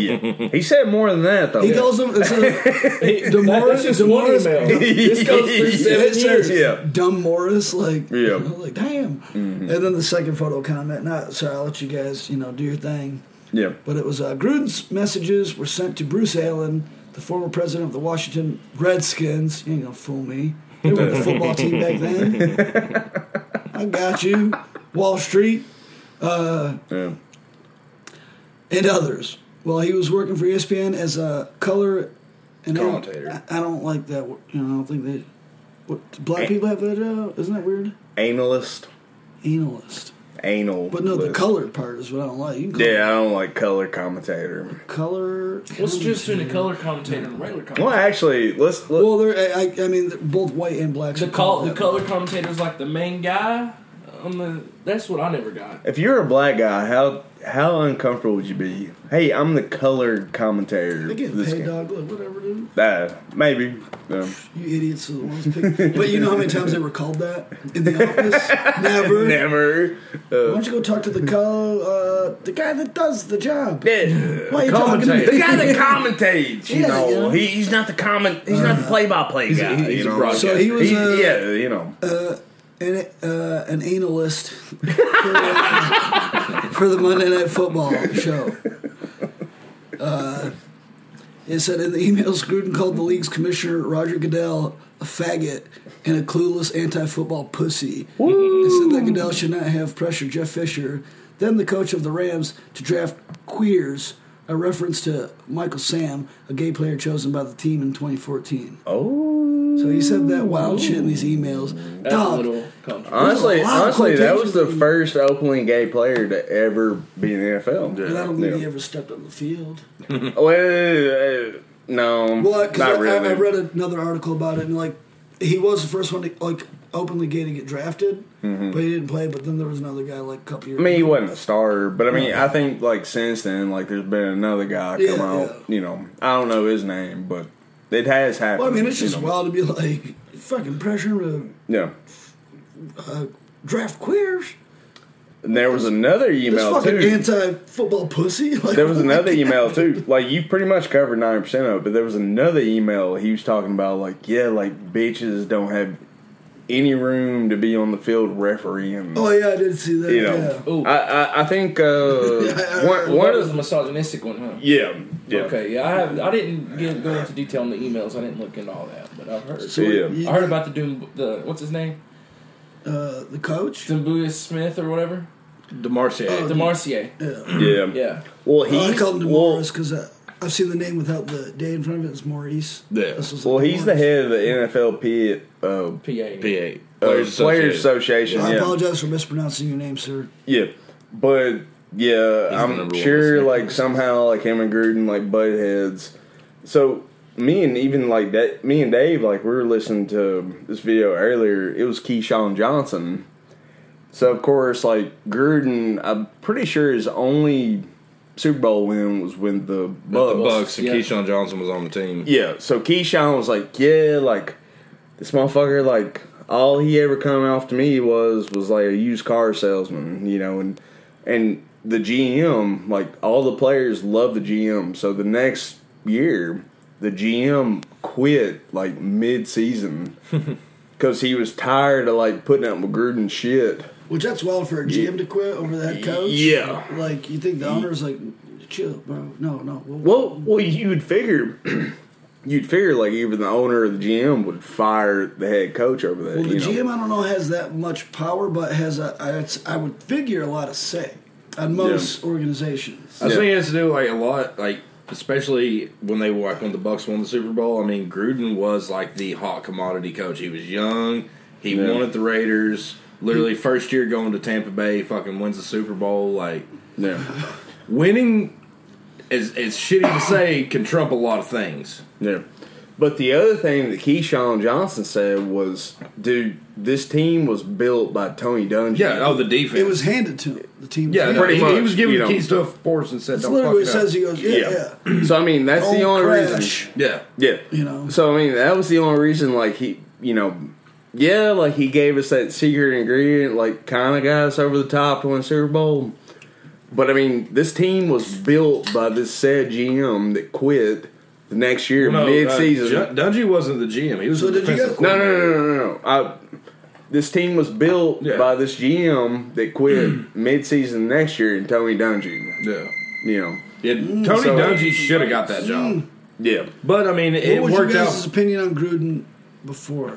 Speaker 3: He said more than that though.
Speaker 1: He calls him it's a- Demorest-
Speaker 5: That's just one
Speaker 1: Demorest-
Speaker 5: email.
Speaker 3: this
Speaker 5: goes through
Speaker 1: it
Speaker 5: seven
Speaker 1: says
Speaker 3: years. Yeah.
Speaker 1: dumb Morris, like,
Speaker 3: Yeah.
Speaker 1: you know, like damn. And then the second photo comment. Not sorry, I'll let you guys, you know, do your thing.
Speaker 3: Yeah.
Speaker 1: But it was uh, Gruden's messages were sent to Bruce Allen, the former president of the Washington Redskins. You ain't gonna fool me. They were the football team back then. I got you, Wall Street
Speaker 3: Yeah.
Speaker 1: and others. While he was working for E ESPN as a color and I don't-
Speaker 4: Commentator.
Speaker 1: I, I don't like that. word, You know, I don't think they. What, do black people have that job? Isn't that weird?
Speaker 3: Analyst.
Speaker 1: Analyst.
Speaker 3: Anal.
Speaker 1: But no, the
Speaker 3: list.
Speaker 1: colored part is what I don't like. You can call
Speaker 3: Yeah, I don't like color commentator.
Speaker 1: it color.
Speaker 5: What's the difference between a color commentator and a
Speaker 3: Well,
Speaker 5: regular commentator?
Speaker 3: actually, let's. let
Speaker 1: Well, they're, I, I- I mean, they're both white and black.
Speaker 5: The, col- the color commentator is like the main guy on the. That's what I never got.
Speaker 3: if you're a black guy, how how uncomfortable would you be? Hey, I'm the color commentator.
Speaker 1: They get
Speaker 3: this
Speaker 1: paid,
Speaker 3: game.
Speaker 1: dog. Like, whatever, dude.
Speaker 3: Uh, maybe. Uh, Yeah.
Speaker 1: You idiots are the ones picking. but you know how many times they were called that in the office? Never.
Speaker 3: Never.
Speaker 1: Why don't you go talk to the co- uh, the guy that does the job?
Speaker 3: Yeah.
Speaker 1: Why are you talking to me?
Speaker 3: The guy that commentates, you
Speaker 1: Yeah,
Speaker 3: know,
Speaker 1: yeah.
Speaker 3: He, he's not the comment, he's not the play-by-play
Speaker 4: He's a-
Speaker 3: guy.
Speaker 4: he's
Speaker 3: you
Speaker 4: a
Speaker 3: know?
Speaker 4: broadcaster.
Speaker 1: So he was,
Speaker 3: He's-
Speaker 1: uh,
Speaker 3: yeah, you know,
Speaker 1: an, uh, an analyst for, uh, for the Monday Night Football show. Uh, it said in the emails, Gruden called the league's commissioner, Roger Goodell, a faggot and a clueless anti football pussy. It said that Goodell should not have pressured Jeff Fisher, then the coach of the Rams, to draft queers, a reference to Michael Sam, a gay player chosen by the team in 2014.
Speaker 3: oh.
Speaker 1: So he said that wild shit in these emails.
Speaker 5: That's a
Speaker 1: Dog,
Speaker 5: little controversial.
Speaker 3: Honestly,
Speaker 1: a lot of
Speaker 3: honestly, that was the
Speaker 1: quotations.
Speaker 3: first openly gay player to ever be in the NFL.
Speaker 1: But I don't think he
Speaker 3: Yeah.
Speaker 1: ever stepped on the field.
Speaker 3: Well, uh, no,
Speaker 1: Well, because
Speaker 3: not
Speaker 1: I,
Speaker 3: really.
Speaker 1: I, I read another article about it, and like he was the first one to like openly gay to get drafted, but he didn't play. But then there was another guy like a couple years.
Speaker 3: Mm-hmm. I mean, he wasn't a star, but I mean, I think like since then, like there's been another guy come
Speaker 1: Yeah,
Speaker 3: out. You know, I don't know his name, but it has happened.
Speaker 1: Well, I mean, it's
Speaker 3: you
Speaker 1: just
Speaker 3: know.
Speaker 1: wild to be like fucking pressure to
Speaker 3: Yeah.
Speaker 1: draft queers.
Speaker 3: And there was another
Speaker 1: This
Speaker 3: email
Speaker 1: fucking
Speaker 3: too.
Speaker 1: anti-football pussy. Like,
Speaker 3: There was another email too. Like you pretty much covered ninety percent of it, but there was another email he was talking about like, yeah, like bitches don't have any room to be on the field refereeing.
Speaker 1: Oh yeah, I did see that.
Speaker 3: you
Speaker 1: yeah.
Speaker 3: know,
Speaker 5: Ooh.
Speaker 3: I, I I think uh,
Speaker 1: I-
Speaker 3: one
Speaker 5: Well,
Speaker 3: one
Speaker 5: that was
Speaker 3: of
Speaker 5: the
Speaker 3: the,
Speaker 5: misogynistic one, huh?
Speaker 3: yeah yeah
Speaker 5: Okay, yeah, I have. I didn't get, go into detail in the emails. I didn't look into all that, but I've heard.
Speaker 1: So
Speaker 3: Yeah.
Speaker 1: you-
Speaker 5: I heard about the doom. The what's his name?
Speaker 1: uh, the coach.
Speaker 5: Dumbuya Smith or whatever.
Speaker 4: Demarcier.
Speaker 5: Demarcier.
Speaker 3: yeah
Speaker 5: Yeah.
Speaker 3: Well,
Speaker 1: Oh, I
Speaker 3: he's
Speaker 1: called him
Speaker 3: well,
Speaker 1: Morris because I've seen the name without the day in front of it. It's Maurice.
Speaker 4: Yeah.
Speaker 1: This was
Speaker 3: well, he's the
Speaker 1: Maurice.
Speaker 3: head of the NFLP uh, uh,
Speaker 5: PA.
Speaker 4: PA.
Speaker 3: Players, Association.
Speaker 1: I
Speaker 3: yeah.
Speaker 1: apologize for mispronouncing your name, sir.
Speaker 3: Yeah, but yeah,
Speaker 4: the
Speaker 3: I'm
Speaker 4: number one
Speaker 3: sure
Speaker 4: listener.
Speaker 3: like somehow like him and Gruden like butt heads. So me and even like that, me and Dave like we were listening to this video earlier. It was Keyshawn Johnson. So of course, like Gruden, I'm pretty sure his only Super Bowl win was when the
Speaker 4: The
Speaker 3: Bucks.
Speaker 4: Bucks and
Speaker 5: Yeah.
Speaker 4: Keyshawn Johnson was on the team.
Speaker 3: Yeah, so Keyshawn was like, yeah, like this motherfucker, like all he ever come off to me was was like a used car salesman, you know, and and the GM, like all the players love the GM. So the next year, the GM quit like mid season because he was tired of like putting up with Gruden shit.
Speaker 1: Which that's wild for a GM to quit over the head coach.
Speaker 3: Yeah.
Speaker 1: Like you think the owner's like, chill, bro. No, no. We'll,
Speaker 3: Well, well, you'd figure. You'd figure like even the owner of the GM would fire the head coach over that.
Speaker 1: well, the
Speaker 3: you know?
Speaker 1: GM I don't know has that much power, but has a I, it's- I would figure a lot of say on most organizations.
Speaker 4: I
Speaker 3: Yeah.
Speaker 4: think it has to do like a lot, like especially when they like when the Bucks won the Super Bowl. I mean, Gruden was like the hot commodity coach. He was young. He
Speaker 3: Yeah.
Speaker 4: wanted the Raiders. Literally, first year going to Tampa Bay, fucking wins the Super Bowl. Like
Speaker 3: Yeah,
Speaker 4: winning is it's shitty to say can trump a lot of things.
Speaker 3: yeah. But the other thing that Keyshawn Johnson said was, dude, this team was built by Tony Dungy.
Speaker 4: Yeah, oh, the defense.
Speaker 1: It was handed to him. The team. was
Speaker 4: yeah,
Speaker 1: handed
Speaker 3: pretty
Speaker 4: he,
Speaker 3: much,
Speaker 4: He was giving
Speaker 3: you
Speaker 4: the
Speaker 3: know.
Speaker 4: key stuff force and said,
Speaker 1: That's
Speaker 4: "Don't
Speaker 1: literally
Speaker 4: fuck
Speaker 1: what
Speaker 4: it
Speaker 1: it
Speaker 4: up."
Speaker 1: says. He goes, yeah,
Speaker 3: Yeah.
Speaker 1: yeah.
Speaker 3: So I mean, that's the
Speaker 1: Old
Speaker 3: only
Speaker 1: crash.
Speaker 3: reason.
Speaker 4: Yeah,
Speaker 3: Yeah,
Speaker 1: You know.
Speaker 3: So I mean, that was the only reason. Like he, you know, yeah, like he gave us that secret ingredient, like kind of got us over the top to win Super Bowl. But I mean, this team was built by this said GM that quit the next year
Speaker 4: No, uh,
Speaker 3: mid-season.
Speaker 4: Ju- Dungy wasn't the GM. He was
Speaker 1: So
Speaker 4: the
Speaker 1: did you
Speaker 4: defensive
Speaker 1: guys- No,
Speaker 3: no, no,
Speaker 4: coordinator.
Speaker 3: no, no, no, no. I, this team was built
Speaker 4: Yeah. Mm.
Speaker 3: by this GM that quit mid-season next year, and Tony Dungy.
Speaker 4: Yeah,
Speaker 3: You know,
Speaker 4: yeah
Speaker 1: Mm.
Speaker 4: Tony
Speaker 3: So-
Speaker 4: Dungy should have got that job.
Speaker 3: yeah.
Speaker 4: But I mean, it
Speaker 1: uh, Hmm. What was
Speaker 4: worked
Speaker 1: your
Speaker 4: out.
Speaker 1: guys' opinion on Gruden before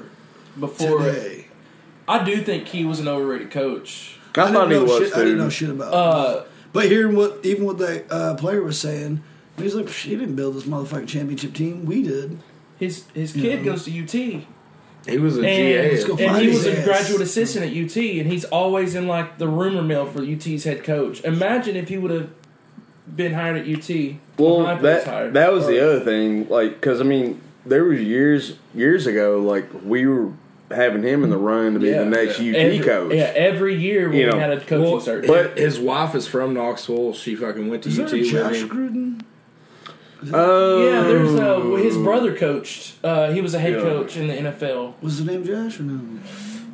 Speaker 5: before.
Speaker 1: today?
Speaker 5: I do think he was an overrated coach.
Speaker 3: I,
Speaker 1: didn't
Speaker 3: thought he
Speaker 1: know
Speaker 3: was.
Speaker 1: Shit, I didn't
Speaker 3: dude.
Speaker 1: know shit about. him.
Speaker 5: Uh,
Speaker 1: But hearing what even what that uh, player was saying, he's like, "Psh, he didn't build this motherfucking championship team. We did.
Speaker 5: his his kid
Speaker 1: Yeah.
Speaker 5: goes to UT,
Speaker 4: He was a
Speaker 1: Let's go
Speaker 5: and,
Speaker 4: GA.
Speaker 5: and
Speaker 1: find
Speaker 5: he
Speaker 1: his
Speaker 5: was a
Speaker 1: ass.
Speaker 5: graduate assistant at UT, and he's always in like the rumor mill for UT's head coach. Imagine if he would have been hired at UT.
Speaker 3: Well,
Speaker 5: when Heupel was
Speaker 3: that
Speaker 5: hired.
Speaker 3: that was the
Speaker 5: Or-
Speaker 3: other thing, like because I mean, there was years years ago, like we were having him in the run to be
Speaker 5: Yeah,
Speaker 3: the next UT
Speaker 5: every,
Speaker 3: coach.
Speaker 5: Yeah, every year when
Speaker 3: You know,
Speaker 5: we had a coaching
Speaker 4: Well,
Speaker 5: search.
Speaker 4: but his wife is from Knoxville. She fucking went to
Speaker 1: Is there
Speaker 4: UT
Speaker 1: a
Speaker 4: with
Speaker 1: Josh
Speaker 4: him.
Speaker 1: Gruden?
Speaker 3: Oh,
Speaker 5: yeah, there's uh, his brother coached. Uh, he was a head
Speaker 3: Yeah.
Speaker 5: coach in the NFL.
Speaker 1: Was the name Josh or no?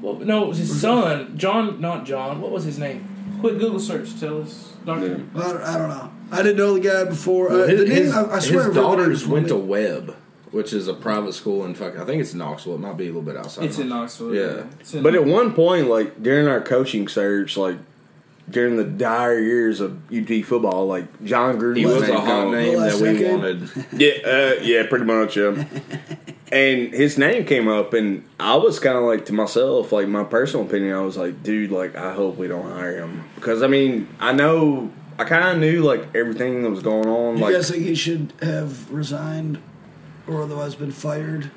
Speaker 5: Well, no, it was his son, John. Not John. What was his name? Quick Google search. Tell us, Doctor.
Speaker 1: I don't, I don't know. I didn't know the guy before.
Speaker 4: Well,
Speaker 1: uh,
Speaker 4: his,
Speaker 1: the name,
Speaker 4: his-
Speaker 1: I, I
Speaker 4: his
Speaker 1: swear, I read the name
Speaker 4: daughters
Speaker 1: before
Speaker 4: went
Speaker 1: me.
Speaker 4: to Webb, which is a private school in fucking. I think it's Knoxville. It might be a little bit outside.
Speaker 5: It's in Knoxville.
Speaker 4: Yeah.
Speaker 5: It's in-
Speaker 3: But at one point, like during our coaching search, like during the dire years of UT football, like John Gruden
Speaker 4: He was a
Speaker 3: name
Speaker 4: hot
Speaker 3: come-
Speaker 4: name that
Speaker 1: last
Speaker 4: we
Speaker 1: decade.
Speaker 4: wanted.
Speaker 3: Yeah, uh, yeah, pretty much. Yeah. and his name came up, and I was kind of like to myself, like my personal opinion. I was like, dude, like I hope we don't hire him because I mean, I know I kind of knew like everything that was going on.
Speaker 1: You
Speaker 3: like,
Speaker 1: guys think he should have resigned or otherwise been fired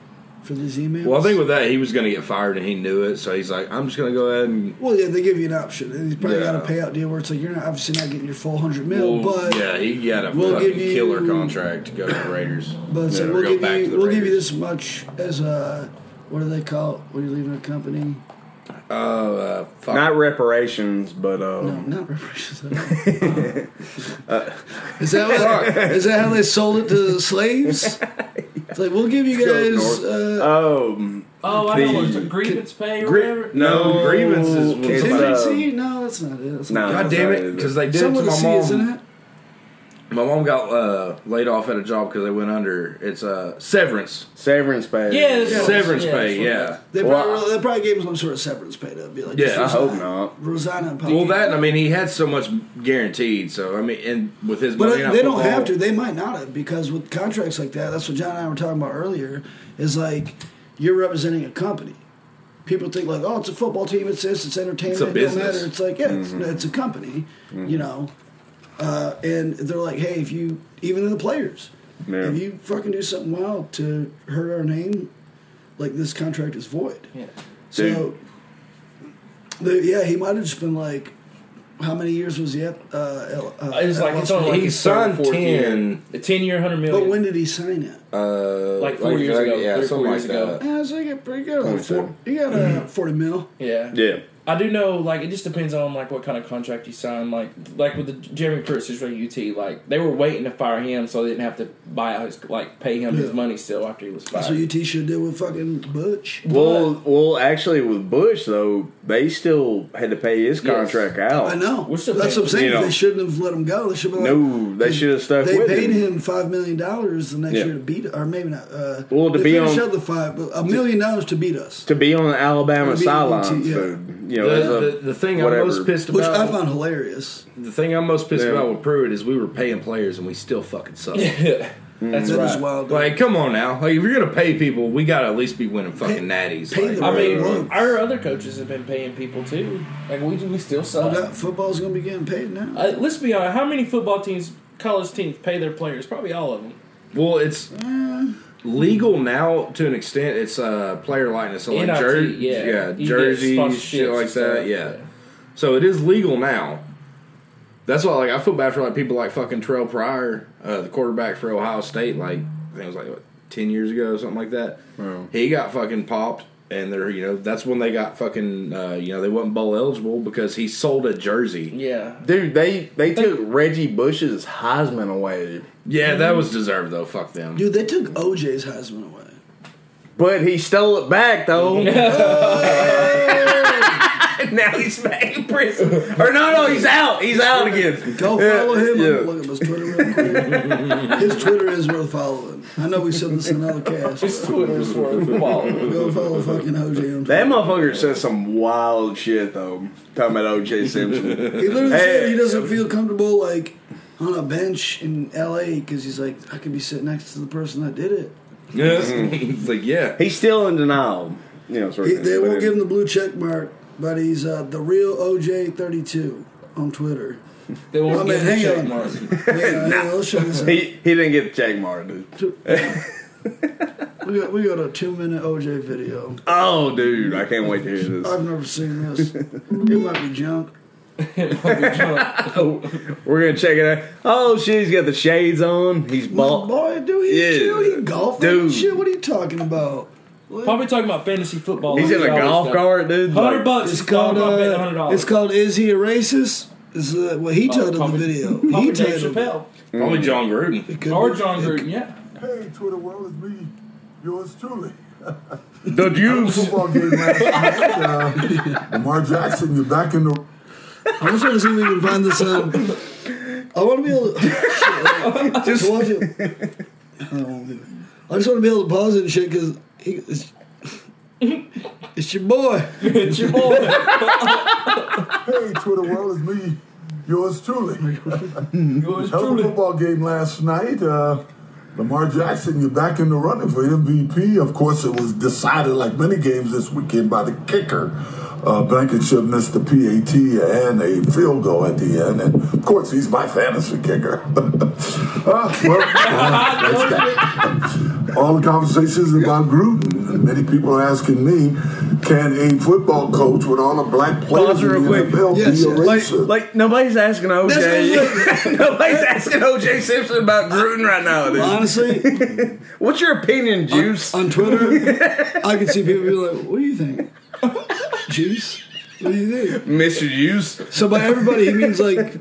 Speaker 1: for these emails?
Speaker 4: Well, I think with that, he was going to get fired, and he knew it. So he's like, "I'm just going to go ahead and."
Speaker 1: Well, yeah, they give you an option. And He's probably
Speaker 4: Yeah.
Speaker 1: got a payout deal where it's like you're not obviously not getting your full hundred mil,
Speaker 4: Well,
Speaker 1: but
Speaker 4: yeah, he got a
Speaker 1: we'll
Speaker 4: fucking
Speaker 1: give you-
Speaker 4: killer contract to go to the Raiders.
Speaker 1: but it's
Speaker 4: Yeah,
Speaker 1: like,
Speaker 4: or
Speaker 1: we'll
Speaker 4: go
Speaker 1: give
Speaker 4: back to
Speaker 1: you
Speaker 4: the
Speaker 1: we'll give you
Speaker 4: Raiders.
Speaker 1: this much as a what do they call it when you're leaving a company?
Speaker 4: Uh, uh, fuck.
Speaker 3: not reparations, but uh,
Speaker 1: No, not reparations.
Speaker 4: Uh,
Speaker 1: is that what, is that how they sold it to the slaves? It's like we'll give you
Speaker 4: Go
Speaker 1: guys.
Speaker 4: north.
Speaker 1: Uh,
Speaker 3: oh,
Speaker 5: oh, I
Speaker 3: the-
Speaker 5: know what it's a grievance pay or
Speaker 3: gri-
Speaker 5: whatever.
Speaker 3: no,
Speaker 4: No, grievances was
Speaker 3: it's,
Speaker 4: about-
Speaker 3: uh,
Speaker 1: contingency? no, that's not it. That's
Speaker 3: no.
Speaker 1: not
Speaker 4: God damn it! Because they
Speaker 1: it.
Speaker 4: did it
Speaker 1: Someone
Speaker 4: to
Speaker 1: to
Speaker 4: my
Speaker 1: see, isn't
Speaker 4: mom.
Speaker 1: it?
Speaker 4: My mom got uh, laid off at a job because they went under. It's uh, severance.
Speaker 3: severance pay.
Speaker 5: Yeah, that's-
Speaker 4: severance
Speaker 5: yeah,
Speaker 4: pay.
Speaker 5: that's
Speaker 4: Yeah.
Speaker 1: They,
Speaker 3: Well,
Speaker 1: probably, they probably gave him some sort of severance pay to be like,
Speaker 4: Yeah,
Speaker 1: just
Speaker 4: I
Speaker 3: hope
Speaker 1: resign.
Speaker 3: not.
Speaker 1: Resign and
Speaker 4: Well, that I mean, he had so much guaranteed. So I mean, and with his
Speaker 1: But uh,
Speaker 4: money,
Speaker 1: they
Speaker 4: Night
Speaker 1: don't
Speaker 4: Football-
Speaker 1: have to. They might not have because with contracts like that, that's what John and I were talking about earlier. Is like you're representing a company. People think like, oh, it's a football team. It's this. It's entertainment.
Speaker 4: It's a
Speaker 1: it don't
Speaker 4: business. Mm-hmm.
Speaker 1: matter. It's like yeah, it's, it's a company. You know, uh, and they're like, hey, if you even to the players,
Speaker 3: Yeah.
Speaker 1: if you fucking do something wild to hurt our name, like this contract is void.
Speaker 5: Yeah.
Speaker 1: So, the, yeah, he might have just been like, how many years was he at? Uh, L- uh,
Speaker 5: It was
Speaker 1: at
Speaker 5: like
Speaker 1: Las
Speaker 5: it's only like
Speaker 4: He
Speaker 5: his third or
Speaker 4: signed
Speaker 5: fourth
Speaker 4: 10.
Speaker 5: year. a ten year, hundred million.
Speaker 1: But when did he sign it?
Speaker 4: Uh,
Speaker 5: Like four years ago, three or four years ago.
Speaker 1: Yeah, so you got pretty good. Like four,
Speaker 3: 27.
Speaker 1: you got uh, forty mil.
Speaker 5: yeah.
Speaker 3: yeah.
Speaker 5: I do know, like, it just depends on like what kind of contract you sign. Like, like with the Jeremy Pruitt situation, at UT, like they were waiting to fire him, so they didn't have to buy out his, like, pay him his
Speaker 1: Yeah.
Speaker 5: money still after he was fired.
Speaker 1: That's what UT should do with fucking Butch.
Speaker 3: Well, well, actually, with Bush though, they still had to pay his contract out.
Speaker 1: I know.
Speaker 5: We're still
Speaker 1: That's what I'm
Speaker 5: paying-
Speaker 1: saying.
Speaker 3: You know.
Speaker 1: they shouldn't have let him go. They should have.
Speaker 3: No, they should have stuck
Speaker 1: They
Speaker 3: with
Speaker 1: paid
Speaker 3: him.
Speaker 1: him. five million dollars the next
Speaker 3: Yeah.
Speaker 1: year to beat, or maybe not. Uh,
Speaker 3: Well, to
Speaker 1: they
Speaker 3: be
Speaker 1: finished
Speaker 3: on-
Speaker 1: out the five, but a million dollars to beat us,
Speaker 3: to be on the Alabama
Speaker 1: To be on the
Speaker 3: sidelines.
Speaker 1: team, yeah.
Speaker 3: food. You know, as
Speaker 4: The,
Speaker 3: a-
Speaker 4: the, the thing
Speaker 3: whatever.
Speaker 4: I'm most pissed
Speaker 1: which I
Speaker 4: about,
Speaker 1: found hilarious.
Speaker 4: the thing I'm most pissed
Speaker 3: Yeah.
Speaker 4: about with Pruitt is we were paying players and we still fucking suck.
Speaker 5: Yeah. That's
Speaker 1: That is
Speaker 5: right.
Speaker 1: wild.
Speaker 4: Like, come on now. Like, if you're gonna pay people, we gotta at least be winning fucking natties.
Speaker 1: pay
Speaker 4: Like,
Speaker 1: the
Speaker 5: I mean,
Speaker 1: Right.
Speaker 5: our other coaches have been paying people too. Like we, we still
Speaker 1: Well,
Speaker 5: suck.
Speaker 1: that football's gonna be getting paid now.
Speaker 5: Uh, let's be honest. How many football teams, college teams, pay their players? Probably all of them.
Speaker 4: well, it's
Speaker 5: Mm.
Speaker 4: legal now to an extent. It's uh, player likeness, so like
Speaker 5: NIT,
Speaker 4: jer-
Speaker 5: yeah. You get
Speaker 4: jerseys,
Speaker 5: sponsorships
Speaker 4: shit like
Speaker 5: and
Speaker 4: that.
Speaker 5: stuff,
Speaker 4: Yeah.
Speaker 5: yeah.
Speaker 4: so it is legal now. That's why, like, I feel bad for like people like fucking Terrell Pryor, uh, the quarterback for Ohio State. Like, I think it was like what, ten years ago, something like that. He got fucking popped, and they're you know that's when they got fucking uh, you know they wasn't bowl eligible because he sold a jersey.
Speaker 5: Yeah.
Speaker 3: Dude, they they took Reggie Bush's Heisman away,
Speaker 4: Yeah, that was deserved though. Fuck them.
Speaker 1: Dude, they took OJ's Heisman away.
Speaker 3: but he stole it back though. now he's back in prison, or no, no, he's out. He's out again.
Speaker 1: Go follow him. I'm
Speaker 3: yeah.
Speaker 1: gonna look up his Twitter real quick. his Twitter is worth following. I know we said this in another cast.
Speaker 5: His Twitter's worth a follow.
Speaker 1: Go follow fucking OJ on
Speaker 3: That
Speaker 1: Twitter.
Speaker 3: motherfucker says some wild shit though. Talking about OJ Simpson.
Speaker 1: He literally said
Speaker 3: Hey.
Speaker 1: he doesn't feel comfortable like on a bench in LA because he's like, I could be sitting next to the person that did it.
Speaker 4: Yes, it's like yeah.
Speaker 3: He's still in denial. You know, sort
Speaker 1: He,
Speaker 3: of
Speaker 1: they
Speaker 3: thing.
Speaker 1: won't give him the blue check mark, but he's uh, the real OJ32 on Twitter.
Speaker 5: They
Speaker 1: I
Speaker 5: won't
Speaker 1: mean,
Speaker 5: give him a
Speaker 1: hang
Speaker 5: check
Speaker 1: on.
Speaker 5: mark.
Speaker 1: Yeah, yeah, let's show this out.
Speaker 3: He he didn't get Jack Martin.
Speaker 1: We got we got a two minute OJ video.
Speaker 3: Oh, dude, I can't wait to hear this.
Speaker 1: I've never seen this. It might be junk.
Speaker 3: We're gonna check it out. Oh, shit, he's got the shades on. He's bald.
Speaker 1: Boy, dude, he
Speaker 3: Oh, Yeah.
Speaker 1: chill, he golfing and
Speaker 3: Dude.
Speaker 1: shit. What are you talking about? What?
Speaker 5: Probably talking about fantasy football.
Speaker 3: He's in a golf cart, dude.
Speaker 5: Hundred
Speaker 3: Like,
Speaker 5: bucks.
Speaker 1: It's
Speaker 5: It's called.
Speaker 1: called.
Speaker 5: I bet
Speaker 1: Uh,
Speaker 5: hundred dollars.
Speaker 1: it's called. Is he a racist? Is uh, what he titled
Speaker 5: Probably-
Speaker 1: the video.
Speaker 5: Probably
Speaker 1: He
Speaker 5: Dave
Speaker 1: titled.
Speaker 5: Chappelle
Speaker 4: Probably John Gruden.
Speaker 1: it. Could
Speaker 5: or
Speaker 1: be-
Speaker 5: John
Speaker 1: it-
Speaker 5: Gruden. Yeah.
Speaker 6: Hey, Twitter world, it's me, yours truly.
Speaker 3: The juice.
Speaker 6: Football game last night. Uh, Lamar Jackson, you're back in the.
Speaker 1: I just want to see if we can find this. Um, I want to be able to just watch it. I, don't wanna do it. I just want to be able to pause it and shit because it's, it's your boy.
Speaker 5: It's your boy.
Speaker 6: Hey, Twitter world, it's me, yours truly.
Speaker 5: Yours
Speaker 6: Hell of a
Speaker 5: truly.
Speaker 6: football game last night. Uh, Lamar Jackson, you're back in the running for MVP. Of course, it was decided, like many games this weekend, by the kicker. Uh, Blankenship missed the PAT and a field goal at the end. And of course, he's my fantasy kicker. Ah, well, uh, that's that. All the conversations about Gruden. And Many people are asking me, can a football coach with all the black players
Speaker 3: Pause real
Speaker 6: in the
Speaker 3: quick.
Speaker 6: NFL
Speaker 1: Yes,
Speaker 6: be a
Speaker 1: yes. Like-
Speaker 6: racist?
Speaker 3: Like nobody's asking OJ. nobody's asking OJ Simpson about Gruden right now, dude.
Speaker 1: Honestly,
Speaker 3: What's your opinion, Juice?
Speaker 1: on Twitter, I can see people be like, "What do you think, Juice? What do you think?"
Speaker 3: Mr. Juice.
Speaker 1: So by everybody, he means like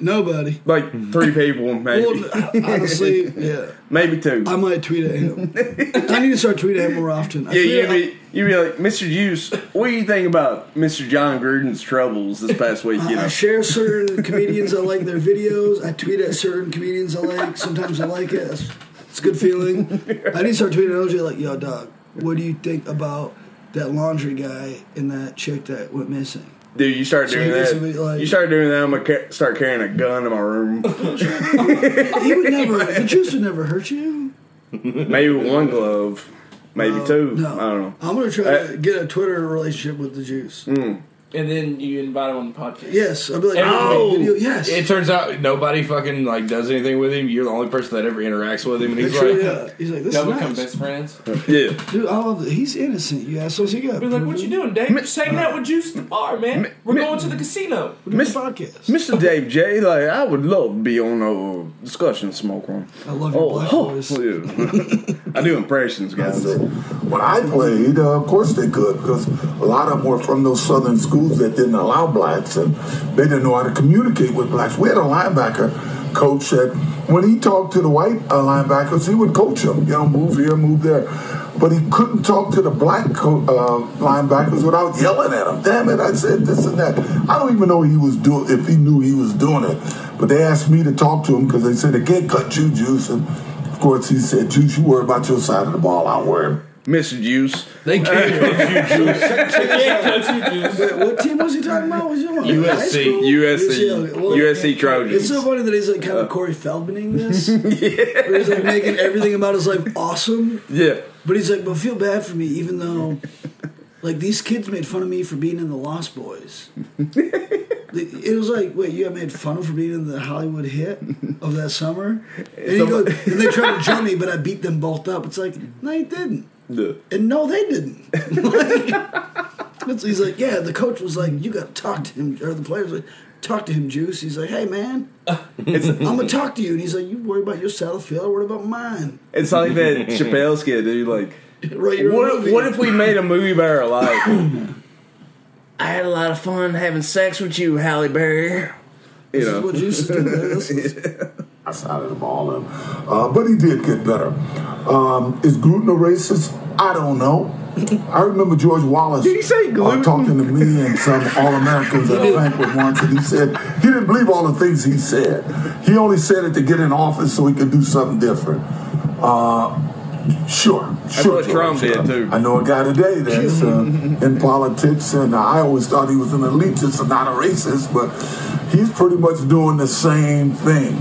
Speaker 1: nobody.
Speaker 3: Like three people, maybe.
Speaker 1: Well, honestly, yeah.
Speaker 3: maybe two.
Speaker 1: I might tweet at him. I need to start tweeting him more often. I
Speaker 3: yeah,
Speaker 1: tweet-
Speaker 3: you'd be, you'd be like, Mr. Juice, what do you think about Mr. John Gruden's troubles this past week? You
Speaker 1: I
Speaker 3: know?
Speaker 1: share certain comedians I like their videos. I tweet at certain comedians I like. Sometimes I like it. It's, it's a good feeling. I need to start tweeting at OJ like, yo, dog, what do you think about that laundry guy and that chick that went missing?
Speaker 3: Dude, you start
Speaker 1: So
Speaker 3: doing
Speaker 1: you
Speaker 3: that.
Speaker 1: basically, like-
Speaker 3: you start doing that, I'm going to ca- start carrying a gun in my room.
Speaker 1: He would never, the juice would never hurt you.
Speaker 3: maybe one glove. Maybe two.
Speaker 1: No.
Speaker 3: I don't know.
Speaker 1: I'm going to try to get a Twitter relationship with the juice.
Speaker 5: And then you invite him on the podcast.
Speaker 1: Yes. I'll be like,
Speaker 5: Everybody-
Speaker 1: oh, video. yes.
Speaker 4: It turns out nobody fucking like does anything with him. You're the only person that ever interacts with him, and he's
Speaker 1: Make sure,
Speaker 4: like,
Speaker 1: yeah. He's like, this
Speaker 5: They'll
Speaker 1: is
Speaker 5: become
Speaker 1: nice.
Speaker 5: best friends.
Speaker 3: Yeah.
Speaker 1: Dude, I love it. He's innocent, you assholes. He got
Speaker 5: Be like, what you doing, Dave? Just hanging out with Juice at the bar, man. We're
Speaker 3: mi-
Speaker 5: going to the casino.
Speaker 1: Miss podcast.
Speaker 3: Mr. Dave J, like, I would love to be on a discussion smoke room. Oh,
Speaker 1: I love your black voice.
Speaker 3: yeah. I do impressions, guys.
Speaker 6: That's it. When I played, uh, of course they could, because a lot of them were from those southern schools that didn't allow blacks, and they didn't know how to communicate with blacks. We had a linebacker coach that, when he talked to the white uh, linebackers, he would coach them, you know, move here, move there. But he couldn't talk to the black co- uh, linebackers without yelling at them. Damn it, I said this and that. I don't even know he was doing if he knew he was doing it. But they asked me to talk to him because they said they can't cut you, Juice. And of course, he said, Juice, you worry about your side of the ball, I'll worry.
Speaker 3: Mr. Juice.
Speaker 4: "They can't."
Speaker 1: Wait, what team was he talking about? Was he on
Speaker 4: USC,
Speaker 1: high school?
Speaker 3: USC,
Speaker 1: okay, well,
Speaker 3: USC Trojans.
Speaker 1: It's so funny that he's like kind of Corey Feldmaning this. Where he's like making everything about his life awesome.
Speaker 3: yeah.
Speaker 1: But he's like, but feel bad for me, even though, like, these kids made fun of me for being in the Lost Boys. It was like, wait, you got made fun of for being in the Hollywood hit of that summer? And, he goes, and they tried to jump me, but I beat them both up. It's like, no, you didn't.
Speaker 3: Yeah.
Speaker 1: And no, they didn't. Like, it's- he's like, yeah, the coach was like, you got to talk to him. Or the players like, talk to him, Juice. He's like, hey, man, I'm going to talk to you. And he's like, you worry about your Satterfield, I worry about mine.
Speaker 3: It's like that Chappelle skit, dude. Like,
Speaker 1: Right, your
Speaker 3: what if,
Speaker 1: movie.
Speaker 3: what if we made a movie about our life?
Speaker 2: I had a lot of fun having sex with you, Halle Berry.
Speaker 3: You
Speaker 1: This is what
Speaker 3: know,
Speaker 1: Juice is doing. man. This is-
Speaker 6: outside of the ball. And, uh, but he did get better. Um, is gluten a racist? I don't know. I remember George Wallace uh,
Speaker 3: Did he say gluten?
Speaker 6: talking to me and some All Americans at a banquet once, and he said he didn't believe all the things he said. He only said it to get in office so he could do something different. Uh, sure, sure.
Speaker 3: what Trump
Speaker 6: George.
Speaker 3: did, too.
Speaker 6: I know a guy today that's uh, in politics, and I always thought he was an elitist and not a racist, but he's pretty much doing the same thing.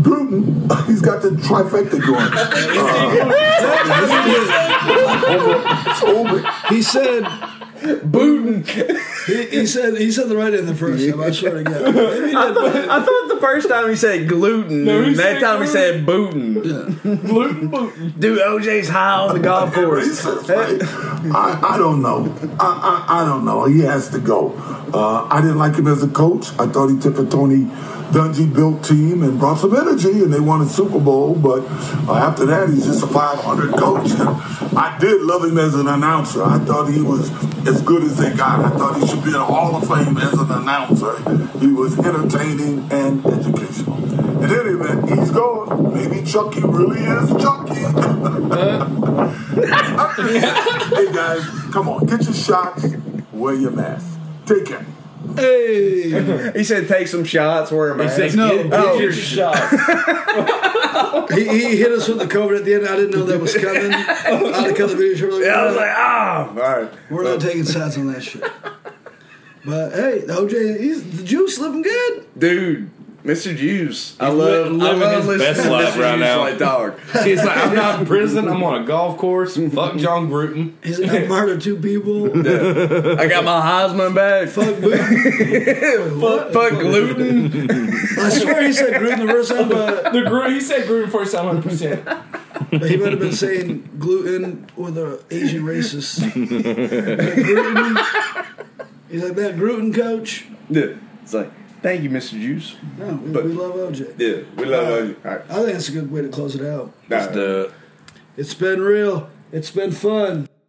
Speaker 6: Gluten, he's got the trifecta going. Uh, over, over.
Speaker 1: He said, "Booting." He, he said, "He said the right in the first time." I swear to God. Maybe he
Speaker 3: I
Speaker 1: did,
Speaker 3: thought, I thought the first time he said gluten,
Speaker 5: No, he
Speaker 3: and that
Speaker 5: said
Speaker 3: time he said bootin.
Speaker 5: Gluten bootin.
Speaker 3: Dude, OJ's high on the golf course.
Speaker 6: racist, right? I, I don't know. I, I, I don't know. He has to go. Uh, I didn't like him as a coach. I thought he took a Tony Dungy built team and brought some energy, and they won a Super Bowl. But uh, after that, he's just a 500 coach. And I did love him as an announcer. I thought he was as good as they got. I thought he should be in the Hall of Fame as an announcer. He was entertaining and educational. In any event, he's gone. Maybe Chucky really is Chucky. hey guys, come on, get your shots, wear your mask. Take care.
Speaker 1: hey,
Speaker 3: He said, "Take some shots, wear a mask." Oh.
Speaker 1: no.
Speaker 5: Get your shot.
Speaker 1: he, he hit us with the COVID at the end. I didn't know that was coming. I'd have cut the video short. Like,
Speaker 3: I was like, "Ah, all right."
Speaker 1: "We're not taking sides on that shit." But hey, the OJ, he's the juice living good.
Speaker 3: dude, Mr. Juice. I
Speaker 5: He's
Speaker 3: love,
Speaker 5: li-
Speaker 3: I
Speaker 5: living
Speaker 3: love
Speaker 5: his
Speaker 3: listening
Speaker 4: best
Speaker 3: to
Speaker 4: life
Speaker 3: Mr.
Speaker 4: right
Speaker 3: Juice
Speaker 4: now.
Speaker 3: like dog.
Speaker 4: He's like, I'm not in prison. I'm on a golf course. Fuck John Gruden.
Speaker 1: He's like, "I murdered two people."
Speaker 3: I got my Heisman back. Fuck, fuck, gluten.
Speaker 1: I swear he said gluten the first time, but
Speaker 5: The gru- he said gluten first time 100. percent
Speaker 1: he might have been saying gluten with a Asian racist. gluten. He's like that gluten coach.
Speaker 3: Yeah. It's like, thank you, Mr. Juice.
Speaker 1: No, we,
Speaker 3: But-
Speaker 1: we love OJ.
Speaker 3: Yeah, we love you. All right.
Speaker 1: I think that's a good way to close it out.
Speaker 3: All right.
Speaker 4: The
Speaker 1: It's been real. It's been fun.